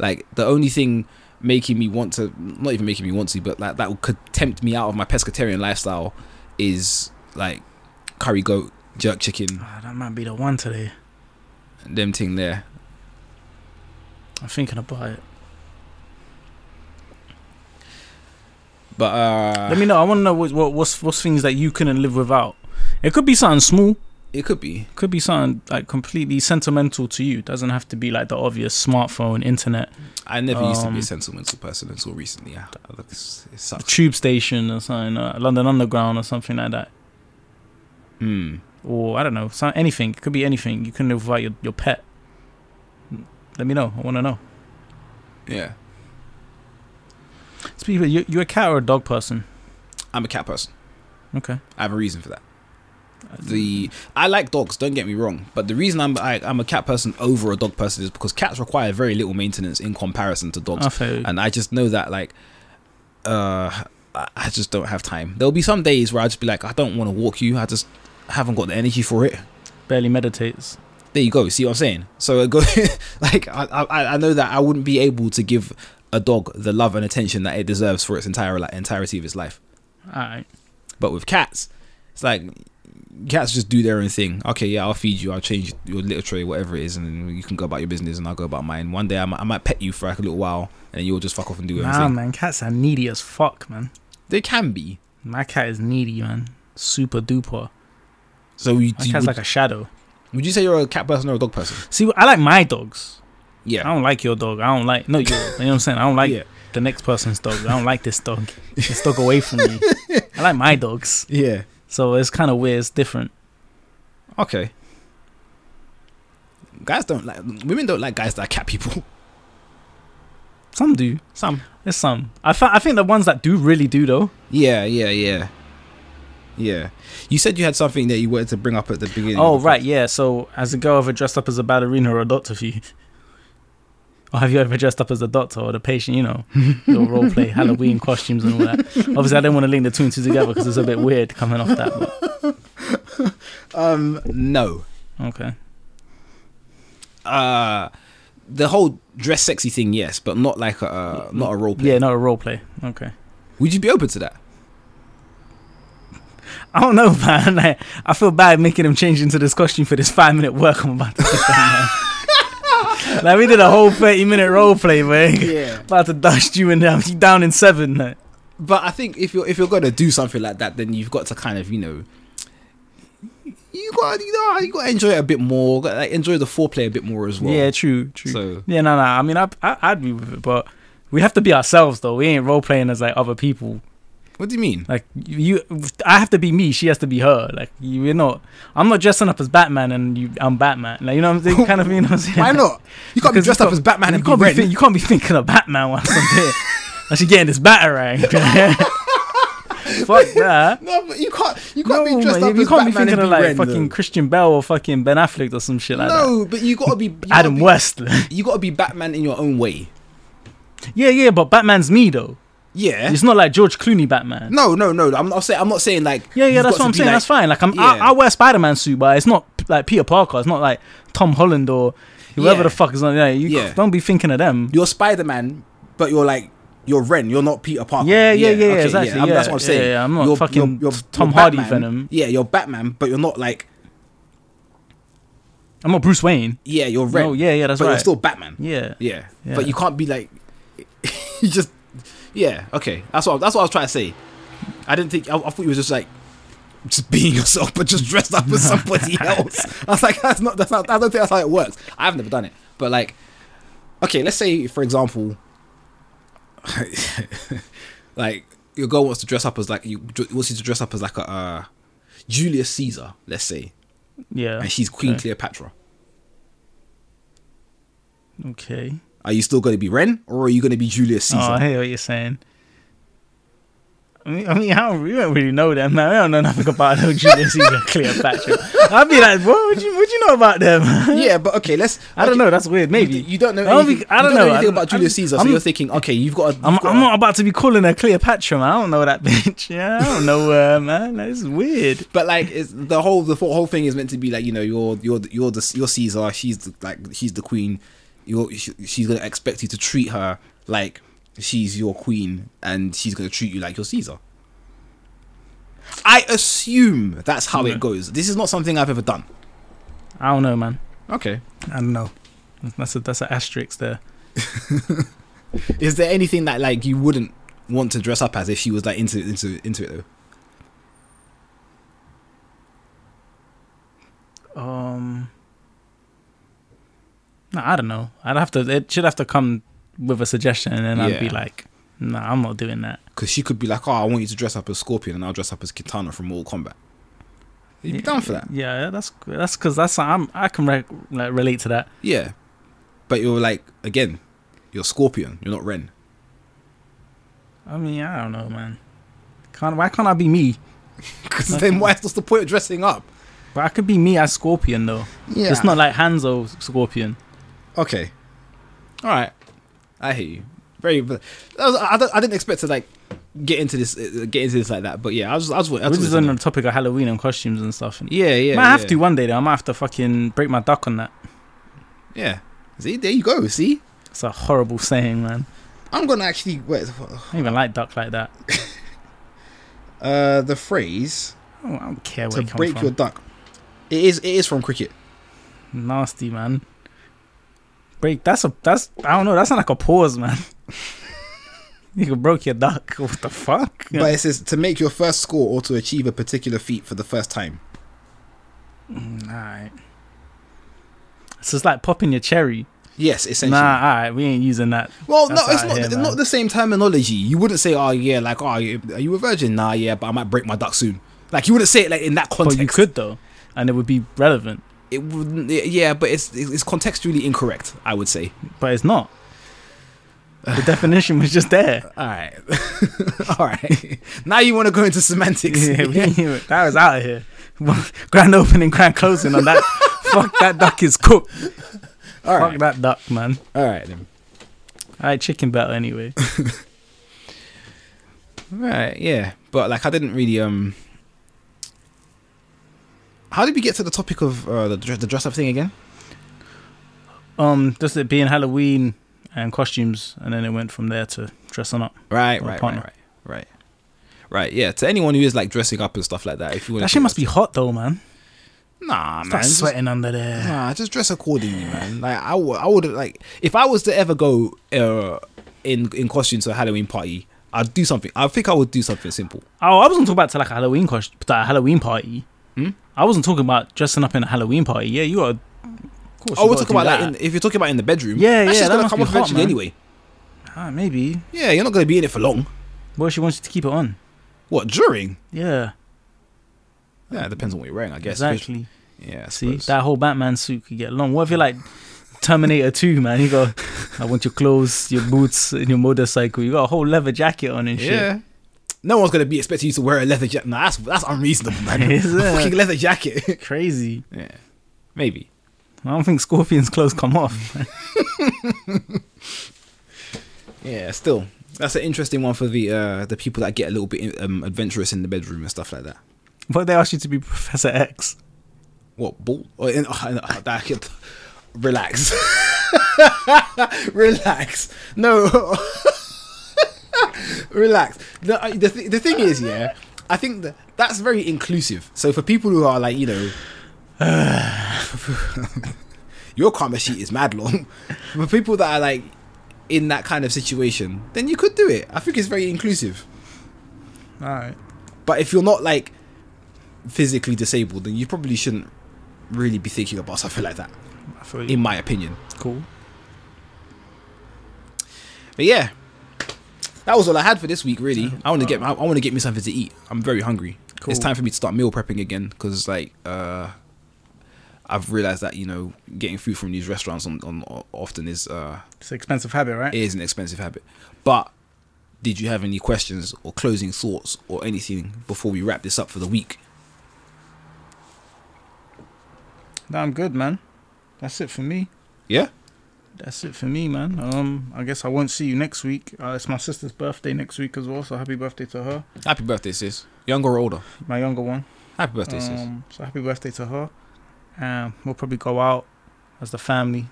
[SPEAKER 2] Like the only thing making me want to, not even making me want to, but like that would- could tempt me out of my pescatarian lifestyle is like curry goat, jerk chicken,
[SPEAKER 1] Ah, that might be the one today.
[SPEAKER 2] them thing there.
[SPEAKER 1] I'm thinking about it.
[SPEAKER 2] But uh,
[SPEAKER 1] Let me know. I want to know what, what what's what's things that you couldn't live without. It could be something small.
[SPEAKER 2] it could be.
[SPEAKER 1] Could be something like completely sentimental to you. Doesn't have to be like the obvious smartphone, internet,
[SPEAKER 2] I never used to be a
[SPEAKER 1] Um,
[SPEAKER 2] sentimental person until recently. I, I, look, it's- it
[SPEAKER 1] the
[SPEAKER 2] sucks.
[SPEAKER 1] tube station or something, uh, London Underground or something like that. Hmm.
[SPEAKER 2] Mm.
[SPEAKER 1] Or I don't know, some, anything. It could be anything. You couldn't live without your, your pet. Let me know. I want to know.
[SPEAKER 2] Yeah,
[SPEAKER 1] Speaking of, you, you're a cat or a dog person?
[SPEAKER 2] I'm a cat person.
[SPEAKER 1] Okay.
[SPEAKER 2] I have a reason for that. the I like dogs. Don't get me wrong, but the reason I'm I, I'm a cat person over a dog person is because cats require very little maintenance in comparison to dogs,
[SPEAKER 1] I feel you.
[SPEAKER 2] and I just know that like, uh, I I just don't have time. There'll be some days where I just be like, I don't want to walk you. I just haven't got the energy for it.
[SPEAKER 1] barely meditates.
[SPEAKER 2] There you go. See what I'm saying? So it go like I, I I know that I wouldn't be able to give a dog the love and attention that it deserves for its entire like, entirety of its life.
[SPEAKER 1] All right.
[SPEAKER 2] But with cats, it's like cats just do their own thing. Okay, yeah, I'll feed you, I'll change your litter tray, whatever it is, and then you can go about your business, and I'll go about mine. One day I might, I might pet you for like a little while, and then you'll just fuck off and do your own
[SPEAKER 1] Nah,
[SPEAKER 2] thing.
[SPEAKER 1] man, cats are needy as fuck, man.
[SPEAKER 2] They can be.
[SPEAKER 1] My cat is needy, man. Super duper.
[SPEAKER 2] So you,
[SPEAKER 1] My
[SPEAKER 2] do you-
[SPEAKER 1] cat's
[SPEAKER 2] would,
[SPEAKER 1] like a shadow.
[SPEAKER 2] would you say you're a cat person or a dog person?
[SPEAKER 1] See, I like my dogs. I
[SPEAKER 2] Yeah.
[SPEAKER 1] don't like your dog. I don't like no you. you know what I'm saying? I don't like
[SPEAKER 2] yeah.
[SPEAKER 1] the next person's dog. I don't like this dog. This dog away from me. I like my dogs.
[SPEAKER 2] Yeah.
[SPEAKER 1] So it's kind of weird. It's different.
[SPEAKER 2] Okay. Guys don't like women don't like guys that are cat people.
[SPEAKER 1] Some do.
[SPEAKER 2] Some.
[SPEAKER 1] There's some. I fi- I think the ones that do really do though.
[SPEAKER 2] Yeah, yeah, yeah. Yeah. You said you had something that you wanted to bring up at the beginning.
[SPEAKER 1] Oh
[SPEAKER 2] of the
[SPEAKER 1] right, yeah. So has a girl ever dressed up as a ballerina or a doctor for you? Or have you ever dressed up as a doctor or the patient? You know, your role play, Halloween costumes and all that. Obviously, I didn't want to link the two and two together because it's a bit weird coming off that. But,
[SPEAKER 2] Um no.
[SPEAKER 1] okay,
[SPEAKER 2] uh the whole dress sexy thing, yes, but not like a uh, not a role play.
[SPEAKER 1] yeah, not a role play. Okay,
[SPEAKER 2] Would you be open to that?
[SPEAKER 1] I don't know, man. Like, I feel bad making him change into this costume for this five minute work I'm about to do. man. like we did a whole thirty minute role play, man.
[SPEAKER 2] Yeah.
[SPEAKER 1] About to dust you and um, you down in seven. Like.
[SPEAKER 2] But I think if you're if you're gonna do something like that, then you've got to kind of you know. You got you know you got to enjoy it a bit more. Gotta, Like, enjoy the foreplay a bit more as well.
[SPEAKER 1] yeah, true, true.
[SPEAKER 2] So
[SPEAKER 1] Yeah, no, no. I mean, I, I, I'd be with it, but we have to be ourselves, though. We ain't role playing as like other people.
[SPEAKER 2] what do you mean?
[SPEAKER 1] Like you, you- I have to be me. She has to be her. Like you, you're not. I'm not dressing up as Batman, and you, I'm Batman. Like you know what I'm saying? Kind of, you know what I'm saying?
[SPEAKER 2] Why not? You can't be
[SPEAKER 1] Because
[SPEAKER 2] dressed
[SPEAKER 1] you
[SPEAKER 2] up as Batman
[SPEAKER 1] you
[SPEAKER 2] and be
[SPEAKER 1] can't be,
[SPEAKER 2] red.
[SPEAKER 1] think, you can't be thinking of Batman whilst I'm there. I should get in this batarang. Fuck that.
[SPEAKER 2] no, but you can't. You
[SPEAKER 1] No,
[SPEAKER 2] can't be dressed
[SPEAKER 1] man,
[SPEAKER 2] up
[SPEAKER 1] you
[SPEAKER 2] as
[SPEAKER 1] can't
[SPEAKER 2] Batman
[SPEAKER 1] be thinking
[SPEAKER 2] and
[SPEAKER 1] of
[SPEAKER 2] be
[SPEAKER 1] like
[SPEAKER 2] red,
[SPEAKER 1] fucking
[SPEAKER 2] though.
[SPEAKER 1] Christian Bell or fucking Ben Affleck or some shit like
[SPEAKER 2] no, but you gotta be you
[SPEAKER 1] that. Adam
[SPEAKER 2] gotta be,
[SPEAKER 1] West.
[SPEAKER 2] You gotta be Batman in your own way.
[SPEAKER 1] yeah, yeah, but Batman's me though.
[SPEAKER 2] Yeah.
[SPEAKER 1] It's not like George Clooney Batman.
[SPEAKER 2] No, no, no. I'm not saying. I'm not saying like.
[SPEAKER 1] Yeah, yeah,
[SPEAKER 2] you've
[SPEAKER 1] that's what
[SPEAKER 2] got to
[SPEAKER 1] I'm
[SPEAKER 2] be
[SPEAKER 1] saying.
[SPEAKER 2] like-
[SPEAKER 1] that's fine. Like, I'm,
[SPEAKER 2] Yeah.
[SPEAKER 1] I, I wear Spider Man suit, but it's not p- like Peter Parker. It's not like Tom Holland or whoever
[SPEAKER 2] Yeah.
[SPEAKER 1] the fuck is on. Yeah, you c-
[SPEAKER 2] Yeah.
[SPEAKER 1] don't be thinking of them.
[SPEAKER 2] You're Spider Man, but you're like you're Ren. You're not Peter Parker.
[SPEAKER 1] Yeah, yeah, yeah, yeah, exactly,
[SPEAKER 2] I'm- that's
[SPEAKER 1] yeah,
[SPEAKER 2] what I'm saying.
[SPEAKER 1] yeah, yeah, I'm not fucking Tom Hardy Venom.
[SPEAKER 2] Yeah, you're Batman, but you're not like
[SPEAKER 1] I'm not Bruce Wayne.
[SPEAKER 2] yeah, you're Ren.
[SPEAKER 1] No, yeah, yeah, that's
[SPEAKER 2] but you're
[SPEAKER 1] right.
[SPEAKER 2] still Batman.
[SPEAKER 1] Yeah.
[SPEAKER 2] Yeah.
[SPEAKER 1] Yeah.
[SPEAKER 2] but you can't be like you just yeah. Okay, that's what that's what I was trying to say. I didn't think I, I thought you was just like just being yourself, but just dressed up as somebody else. I was like, that's not, that's not, I don't think that's how it works. I've never done it. But like, okay, let's say, for example, like your girl wants to dress up as like, you wants you to dress up as like a, uh, Julius Caesar, let's say,
[SPEAKER 1] Yeah.
[SPEAKER 2] and she's Queen
[SPEAKER 1] Okay.
[SPEAKER 2] Cleopatra.
[SPEAKER 1] Okay.
[SPEAKER 2] Are you still going to be Ren or are you going to be Julius Caesar?
[SPEAKER 1] Oh, I hear what you're saying. I mean, I mean, I don't, we don't really know them, man. I don't know nothing about no Julius Caesar, Cleopatra. I'd be like, what would you, what do you know about them?
[SPEAKER 2] yeah, but okay, let's.
[SPEAKER 1] I don't know. That's weird. Maybe
[SPEAKER 2] You, you don't know.
[SPEAKER 1] I don't,
[SPEAKER 2] Anything,
[SPEAKER 1] think- I don't
[SPEAKER 2] you
[SPEAKER 1] know.
[SPEAKER 2] know anything
[SPEAKER 1] I-
[SPEAKER 2] about Julius Caesar,
[SPEAKER 1] I'm,
[SPEAKER 2] so you're thinking, okay, you've got. A,
[SPEAKER 1] I'm,
[SPEAKER 2] you've got
[SPEAKER 1] I'm
[SPEAKER 2] a-
[SPEAKER 1] not about to be calling her Cleopatra, man. I don't know that bitch. Yeah, I don't know her, man. That's weird.
[SPEAKER 2] But like, it's the whole the whole thing is meant to be like you know you're you're you're the you're Caesar. She's the, like she's the queen. You're she, she's gonna expect you to treat her like she's your queen, and she's gonna treat you like you're Caesar. I assume that's how
[SPEAKER 1] Yeah.
[SPEAKER 2] it goes. This is not something I've ever done.
[SPEAKER 1] I don't know, man.
[SPEAKER 2] Okay.
[SPEAKER 1] I don't know. That's a that's an asterisk there.
[SPEAKER 2] Is there anything that like you wouldn't want to dress up as if she was like into into into it though?
[SPEAKER 1] Um, no, I don't know. I'd have to. It should have to come with a suggestion, and then I'd be
[SPEAKER 2] Yeah.
[SPEAKER 1] like, "No, nah, I'm not doing that."
[SPEAKER 2] Because she could be like, "Oh, I want you to dress up as Scorpion, and I'll dress up as Kitana from Mortal Kombat." You'd be
[SPEAKER 1] Yeah.
[SPEAKER 2] down for that,
[SPEAKER 1] Yeah, that's that's because that's I'm I can re- like relate to that.
[SPEAKER 2] yeah. But you're like, again, you're Scorpion. You're not Ren.
[SPEAKER 1] I mean, I don't know, man. Can't why can't I be me?
[SPEAKER 2] Because then why? What's the point of dressing up?
[SPEAKER 1] But I could be me as Scorpion though.
[SPEAKER 2] Yeah.
[SPEAKER 1] It's not like Hanzo Scorpion.
[SPEAKER 2] okay. All right. I hear you. Very. but- I, was, I, don't, I didn't expect to like get into this, uh, get into this like that. But yeah, I was, I was, I was, I
[SPEAKER 1] We're
[SPEAKER 2] was
[SPEAKER 1] just on the topic of Halloween and costumes and stuff. And
[SPEAKER 2] yeah, yeah.
[SPEAKER 1] might have
[SPEAKER 2] yeah.
[SPEAKER 1] to one day though. I might have to fucking break my duck on that.
[SPEAKER 2] Yeah. See, there you go. See,
[SPEAKER 1] It's a horrible saying, man.
[SPEAKER 2] I'm gonna actually wait.
[SPEAKER 1] I don't even like duck like that.
[SPEAKER 2] Uh, the phrase
[SPEAKER 1] Oh, I don't, I don't care where
[SPEAKER 2] to
[SPEAKER 1] it comes
[SPEAKER 2] break
[SPEAKER 1] from.
[SPEAKER 2] your duck. It is, it is from cricket.
[SPEAKER 1] Nasty man. Break. That's a. That's. I don't know. That's not like a pause, man. you could broke your duck. What the fuck?
[SPEAKER 2] But it says to make your first score or to achieve a particular feat for the first time.
[SPEAKER 1] Mm, Alright. So it's like popping your cherry.
[SPEAKER 2] Yes, essentially.
[SPEAKER 1] Nah, alright, we ain't using that.
[SPEAKER 2] well, no,
[SPEAKER 1] That's
[SPEAKER 2] it's
[SPEAKER 1] outta
[SPEAKER 2] not.
[SPEAKER 1] here,
[SPEAKER 2] it's
[SPEAKER 1] man.
[SPEAKER 2] not the same terminology. You wouldn't say, "Oh yeah," like, "Oh, you- are you a virgin?" Nah, yeah, but I might break my duck soon. Like you wouldn't say it like in that
[SPEAKER 1] But
[SPEAKER 2] context.
[SPEAKER 1] you could though, and it would be relevant.
[SPEAKER 2] It wouldn't. Yeah, but it's it's contextually incorrect. I would say.
[SPEAKER 1] But it's not. The definition was just there.
[SPEAKER 2] All right, all right. Now you want to go into semantics?
[SPEAKER 1] Yeah, we ain't even- that was out of here. grand opening, grand closing on that. Fuck that duck is cooked.
[SPEAKER 2] All
[SPEAKER 1] Fuck
[SPEAKER 2] right,
[SPEAKER 1] that duck, man.
[SPEAKER 2] all right. Then.
[SPEAKER 1] Alright, chicken better anyway.
[SPEAKER 2] Right, yeah. But like I didn't really um How did we get to the topic of uh, the dre- the dress up thing again?
[SPEAKER 1] Um, just it being Halloween and costumes, and then it went from there to dressing up. Or
[SPEAKER 2] Right, right, right,
[SPEAKER 1] partner.
[SPEAKER 2] right. Right. Right, yeah. To anyone who is like dressing up and stuff like that, if you want
[SPEAKER 1] That shit must be hot though, man.
[SPEAKER 2] Nah, man.
[SPEAKER 1] Start
[SPEAKER 2] just-
[SPEAKER 1] sweating under there.
[SPEAKER 2] Nah, just dress accordingly, man. Like I would, I would like if I was to ever go uh, in in costume to a Halloween party, I'd do something. I think I would do something simple.
[SPEAKER 1] Oh, I wasn't talking about to like a Halloween costume, a Halloween party.
[SPEAKER 2] Hmm?
[SPEAKER 1] I wasn't talking about dressing up in a Halloween party. Yeah, you are. Of course.
[SPEAKER 2] Oh,
[SPEAKER 1] you gotta
[SPEAKER 2] we're talking
[SPEAKER 1] do
[SPEAKER 2] about that. in, if you're talking about in the bedroom.
[SPEAKER 1] Yeah,
[SPEAKER 2] that's
[SPEAKER 1] yeah, that
[SPEAKER 2] just gonna
[SPEAKER 1] must
[SPEAKER 2] come
[SPEAKER 1] be
[SPEAKER 2] off
[SPEAKER 1] hot,
[SPEAKER 2] eventually
[SPEAKER 1] man.
[SPEAKER 2] anyway.
[SPEAKER 1] ah, maybe.
[SPEAKER 2] Yeah, you're not gonna be in it for long.
[SPEAKER 1] Well, she wants you to keep it on.
[SPEAKER 2] What during?
[SPEAKER 1] Yeah,
[SPEAKER 2] Yeah, it depends on what you're wearing, I guess.
[SPEAKER 1] exactly.
[SPEAKER 2] Yeah, I
[SPEAKER 1] See,
[SPEAKER 2] suppose.
[SPEAKER 1] that whole Batman suit could get long. What if you're like Terminator 2, man? You go, I want your clothes, your boots, and your motorcycle. You got a whole leather jacket on and shit.
[SPEAKER 2] yeah. No one's gonna be expecting you to wear a leather jacket. Nah, that's that's unreasonable, man.
[SPEAKER 1] Is
[SPEAKER 2] A
[SPEAKER 1] it?
[SPEAKER 2] fucking leather jacket.
[SPEAKER 1] Crazy.
[SPEAKER 2] yeah, maybe.
[SPEAKER 1] I don't think Scorpion's clothes come off.
[SPEAKER 2] Yeah, still, that's an interesting one for the uh the people that get a little bit um, adventurous in the bedroom and stuff like that.
[SPEAKER 1] what if they ask you to be Professor X?
[SPEAKER 2] What ball? Oh, in, oh, in, oh, that could- relax, relax. No, relax. The, I- the, th- the thing is, yeah, I think that that's very inclusive. So for people who are like, you know, your karma sheet is mad long. for people that are like in that kind of situation, then you could do it. I think it's very inclusive.
[SPEAKER 1] All right.
[SPEAKER 2] But if you're not like physically disabled, then you probably shouldn't really be thinking about something like that,
[SPEAKER 1] I feel you.
[SPEAKER 2] in my opinion.
[SPEAKER 1] Cool.
[SPEAKER 2] But yeah, that was all I had for this week. Really, I want to get I, I want to get me something to eat. I'm very hungry.
[SPEAKER 1] Cool.
[SPEAKER 2] It's time for me to start meal prepping again because like uh, I've realized that you know getting food from these restaurants on, on often is uh,
[SPEAKER 1] It's an expensive habit, right?
[SPEAKER 2] is an expensive habit. But did you have any questions or closing thoughts or anything before we wrap this up for the week?
[SPEAKER 1] Nah, I'm good, man. That's it for me.
[SPEAKER 2] Yeah.
[SPEAKER 1] That's it for me, man. Um, I guess I won't see you next week. Uh, it's my sister's birthday next week as well, so happy birthday to her,
[SPEAKER 2] Happy birthday, sis. Younger or older?
[SPEAKER 1] my younger one.
[SPEAKER 2] Happy birthday, sis.
[SPEAKER 1] Um, so happy birthday to her. Um, we'll probably go out as the family.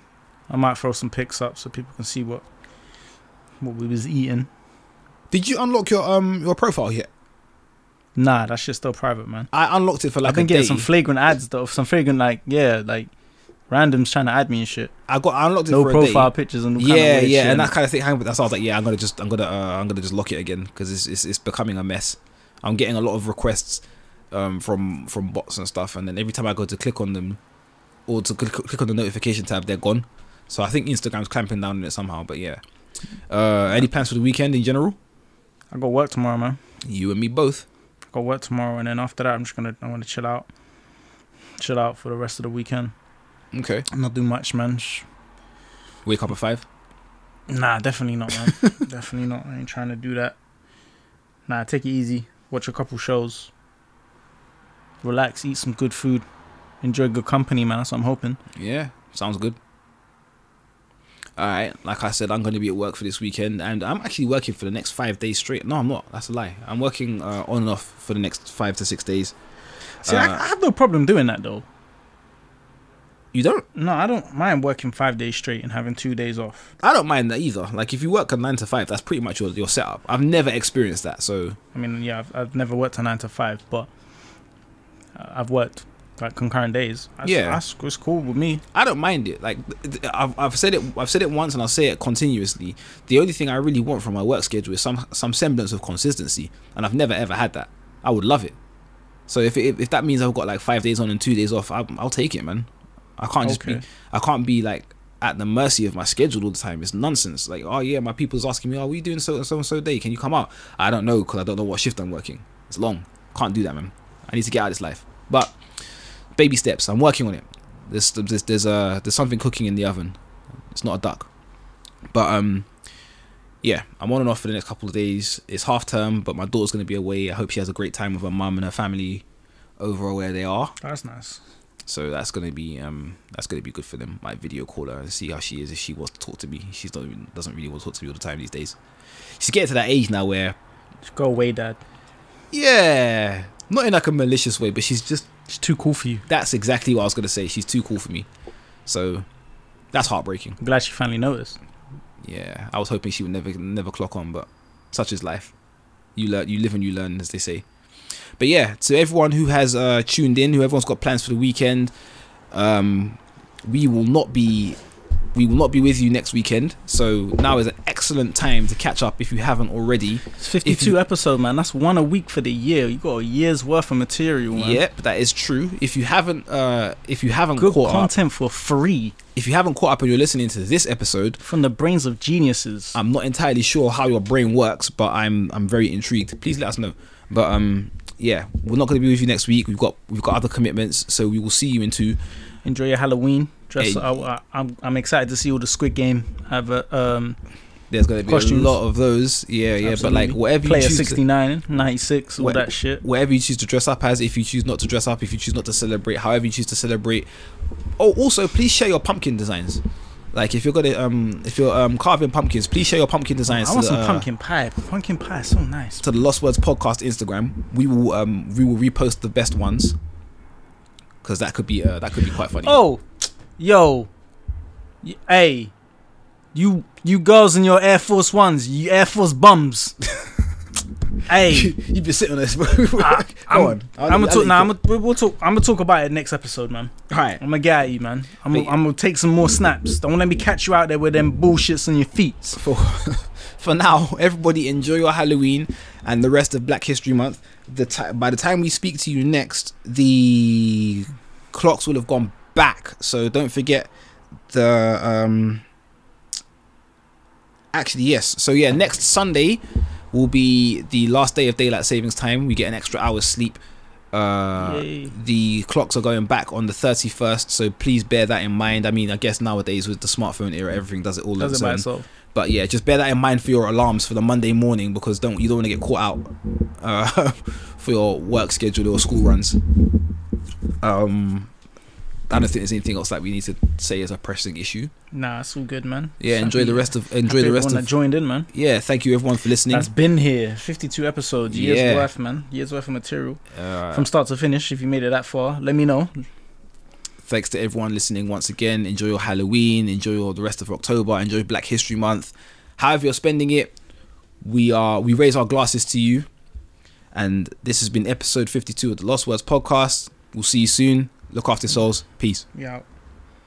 [SPEAKER 1] I might throw some pics up so people can see what what we was eating.
[SPEAKER 2] Did you unlock your um your profile yet?
[SPEAKER 1] Nah, that shit's still private, man.
[SPEAKER 2] I unlocked it for like
[SPEAKER 1] I've been
[SPEAKER 2] a
[SPEAKER 1] getting
[SPEAKER 2] day.
[SPEAKER 1] some flagrant ads though, some flagrant like yeah, like randoms trying to add me and shit.
[SPEAKER 2] I got I unlocked it
[SPEAKER 1] No
[SPEAKER 2] for a day.
[SPEAKER 1] profile pictures and all kind of
[SPEAKER 2] yeah,
[SPEAKER 1] weird
[SPEAKER 2] yeah,
[SPEAKER 1] shit.
[SPEAKER 2] and that kind of thing happened. That's why I was like, yeah, I'm gonna just, I'm gonna, uh, I'm gonna just lock it again because it's, it's, it's becoming a mess. I'm getting a lot of requests um, from from bots and stuff, and then every time I go to click on them or to click, click on the notification tab, they're gone. So I think Instagram's clamping down on it somehow. But yeah, uh, any plans for the weekend in general?
[SPEAKER 1] I got work tomorrow, man.
[SPEAKER 2] You and me both.
[SPEAKER 1] I got work tomorrow, and then after that, I'm just gonna I want to chill out, chill out for the rest of the weekend.
[SPEAKER 2] Okay.
[SPEAKER 1] Not do much, man. Sh-
[SPEAKER 2] Wake up at five.
[SPEAKER 1] Nah, definitely not, man. definitely not. I ain't trying to do that. Nah, take it easy. Watch a couple shows. Relax. Eat some good food. Enjoy good company, man. That's what I'm hoping.
[SPEAKER 2] Yeah, sounds good. All right, like I said, I'm going to be at work for this weekend, and I'm actually working for the next five days straight. No, I'm not. That's a lie. I'm working uh, on and off for the next five to six days.
[SPEAKER 1] See,
[SPEAKER 2] Uh,
[SPEAKER 1] I, I have no problem doing that though.
[SPEAKER 2] You don't.
[SPEAKER 1] No, I don't mind working five days straight and having two days off.
[SPEAKER 2] I don't mind that either. Like if you work a nine to five, that's pretty much your your setup. I've never experienced that, so
[SPEAKER 1] I mean, yeah, I've, I've never worked a nine to five, but uh, I've worked like concurrent days. That's,
[SPEAKER 2] Yeah.
[SPEAKER 1] that's, it's cool with me.
[SPEAKER 2] I don't mind it. Like th- th- I've, I've said it, I've said it once, and I'll say it continuously. The only thing I really want from my work schedule is some some semblance of consistency, and I've never ever had that. I would love it. So if it, if that means I've got like five days on and two days off, I'll, I'll take it, man. I can't just be
[SPEAKER 1] Okay.
[SPEAKER 2] I can't be like at the mercy of my schedule all the time. It's nonsense. Like oh yeah, my people's asking me, oh, we doing so and so and so day? Can you come out? I don't know because I don't know what shift I'm working. It's long. Can't do that, man. I need to get out of this life. But baby steps. I'm working on it. There's there's there's uh, there's something cooking in the oven. It's not a duck, but um, yeah, I'm on and off for the next couple of days. It's half term, but my daughter's gonna be away. I hope she has a great time with her mum and her family over where they are.
[SPEAKER 1] That's nice.
[SPEAKER 2] So that's gonna be um that's gonna be good for them. Might video call her and see how she is if she wants to talk to me. She doesn't doesn't really want to talk to me all the time these days. She's getting to that age now where
[SPEAKER 1] Just go away, Dad.
[SPEAKER 2] yeah, not in like a malicious way, but she's just
[SPEAKER 1] It's too cool for you.
[SPEAKER 2] that's exactly what I was gonna say. She's too cool for me, so that's heartbreaking.
[SPEAKER 1] I'm glad she finally noticed.
[SPEAKER 2] Yeah, I was hoping she would never never clock on, but such is life. You learn, you live and you learn, as they say. But yeah, to everyone who has uh, tuned in, who everyone's got plans for the weekend, um, we will not be we will not be with you next weekend. So now is an excellent time to catch up if you haven't already.
[SPEAKER 1] It's 52
[SPEAKER 2] you-
[SPEAKER 1] episode, man. That's one a week for the year. You got a year's worth of material, man.
[SPEAKER 2] Yep, that is true. If you haven't uh, if you haven't
[SPEAKER 1] Good
[SPEAKER 2] caught up,
[SPEAKER 1] content for free
[SPEAKER 2] if you haven't caught up and you're listening to this episode,
[SPEAKER 1] from the brains of geniuses.
[SPEAKER 2] I'm not entirely sure how your brain works, but I'm I'm very intrigued. Please let us know. But um, yeah, we're not going to be with you next week. We've got we've got other commitments, so we will see you in two.
[SPEAKER 1] Enjoy your Halloween. Dress
[SPEAKER 2] Hey.
[SPEAKER 1] I, I, I'm, I'm excited to see all the Squid Game. Have a, um,
[SPEAKER 2] There's going to be
[SPEAKER 1] Costumes.
[SPEAKER 2] a lot of those. Yeah, yeah. But like
[SPEAKER 1] absolutely.
[SPEAKER 2] whatever you
[SPEAKER 1] Player
[SPEAKER 2] choose, to,
[SPEAKER 1] 69, 96, all
[SPEAKER 2] Wha-
[SPEAKER 1] that shit.
[SPEAKER 2] whatever you choose to dress up as, if you choose not to dress up, if you choose not to celebrate, however you choose to celebrate. Oh, also please share your pumpkin designs. Like if you're gonna um if you're um carving pumpkins, please share your pumpkin designs.
[SPEAKER 1] I want
[SPEAKER 2] to
[SPEAKER 1] some
[SPEAKER 2] the, uh,
[SPEAKER 1] pumpkin pie. Pumpkin pie is so nice.
[SPEAKER 2] to the Lost Words podcast Instagram. We will um we will repost the best ones because that could be uh, that could be quite funny.
[SPEAKER 1] Oh, yo, Y- hey, you you girls in your Air Force Ones, you Air Force bums. hey,
[SPEAKER 2] you've been sitting on this. Go
[SPEAKER 1] I'm,
[SPEAKER 2] on.
[SPEAKER 1] I'm gonna talk. Nah, I'm gonna, we'll talk. I'm gonna talk about it next episode, man.
[SPEAKER 2] All right.
[SPEAKER 1] I'm gonna get at you, man. I'm,
[SPEAKER 2] But-
[SPEAKER 1] gonna- I'm gonna take some more snaps. Don't let me catch you out there with them bullshits on your feet.
[SPEAKER 2] For for now, everybody enjoy your Halloween and the rest of Black History Month, the ti- by the time we speak to you next, the clocks will have gone back. So don't forget the um. Actually, yes. So yeah, next Sunday will be the last day of daylight savings time. We get an extra hour's sleep. Uh,
[SPEAKER 1] Yay.
[SPEAKER 2] the clocks are going back on the 31st, so please bear that in mind. I mean, I guess nowadays with the smartphone era, everything does it all on
[SPEAKER 1] Does
[SPEAKER 2] its
[SPEAKER 1] it by
[SPEAKER 2] own.
[SPEAKER 1] itself.
[SPEAKER 2] But yeah, just bear that in mind for your alarms for the Monday morning because don't you don't want to get caught out uh, for your work schedule or school runs. Um, I don't think there's anything else that we need to say is a pressing issue.
[SPEAKER 1] Nah, it's all good, man.
[SPEAKER 2] Yeah,
[SPEAKER 1] Just
[SPEAKER 2] enjoy
[SPEAKER 1] happy-
[SPEAKER 2] the rest of enjoy
[SPEAKER 1] happy
[SPEAKER 2] the rest
[SPEAKER 1] everyone
[SPEAKER 2] of
[SPEAKER 1] that joined in, man.
[SPEAKER 2] yeah. Thank you everyone for listening.
[SPEAKER 1] That's been here. 52 episodes, years
[SPEAKER 2] Yeah.
[SPEAKER 1] worth, man. Years worth of material.
[SPEAKER 2] Uh,
[SPEAKER 1] From start to finish, if you made it that far, let me know.
[SPEAKER 2] thanks to everyone listening once again. Enjoy your Halloween. Enjoy your, the rest of October. Enjoy Black History Month. However you're spending it, we are we raise our glasses to you. And this has been episode 52 of the Lost Words podcast. We'll see you soon. Look after yourselves. Peace.
[SPEAKER 1] We out.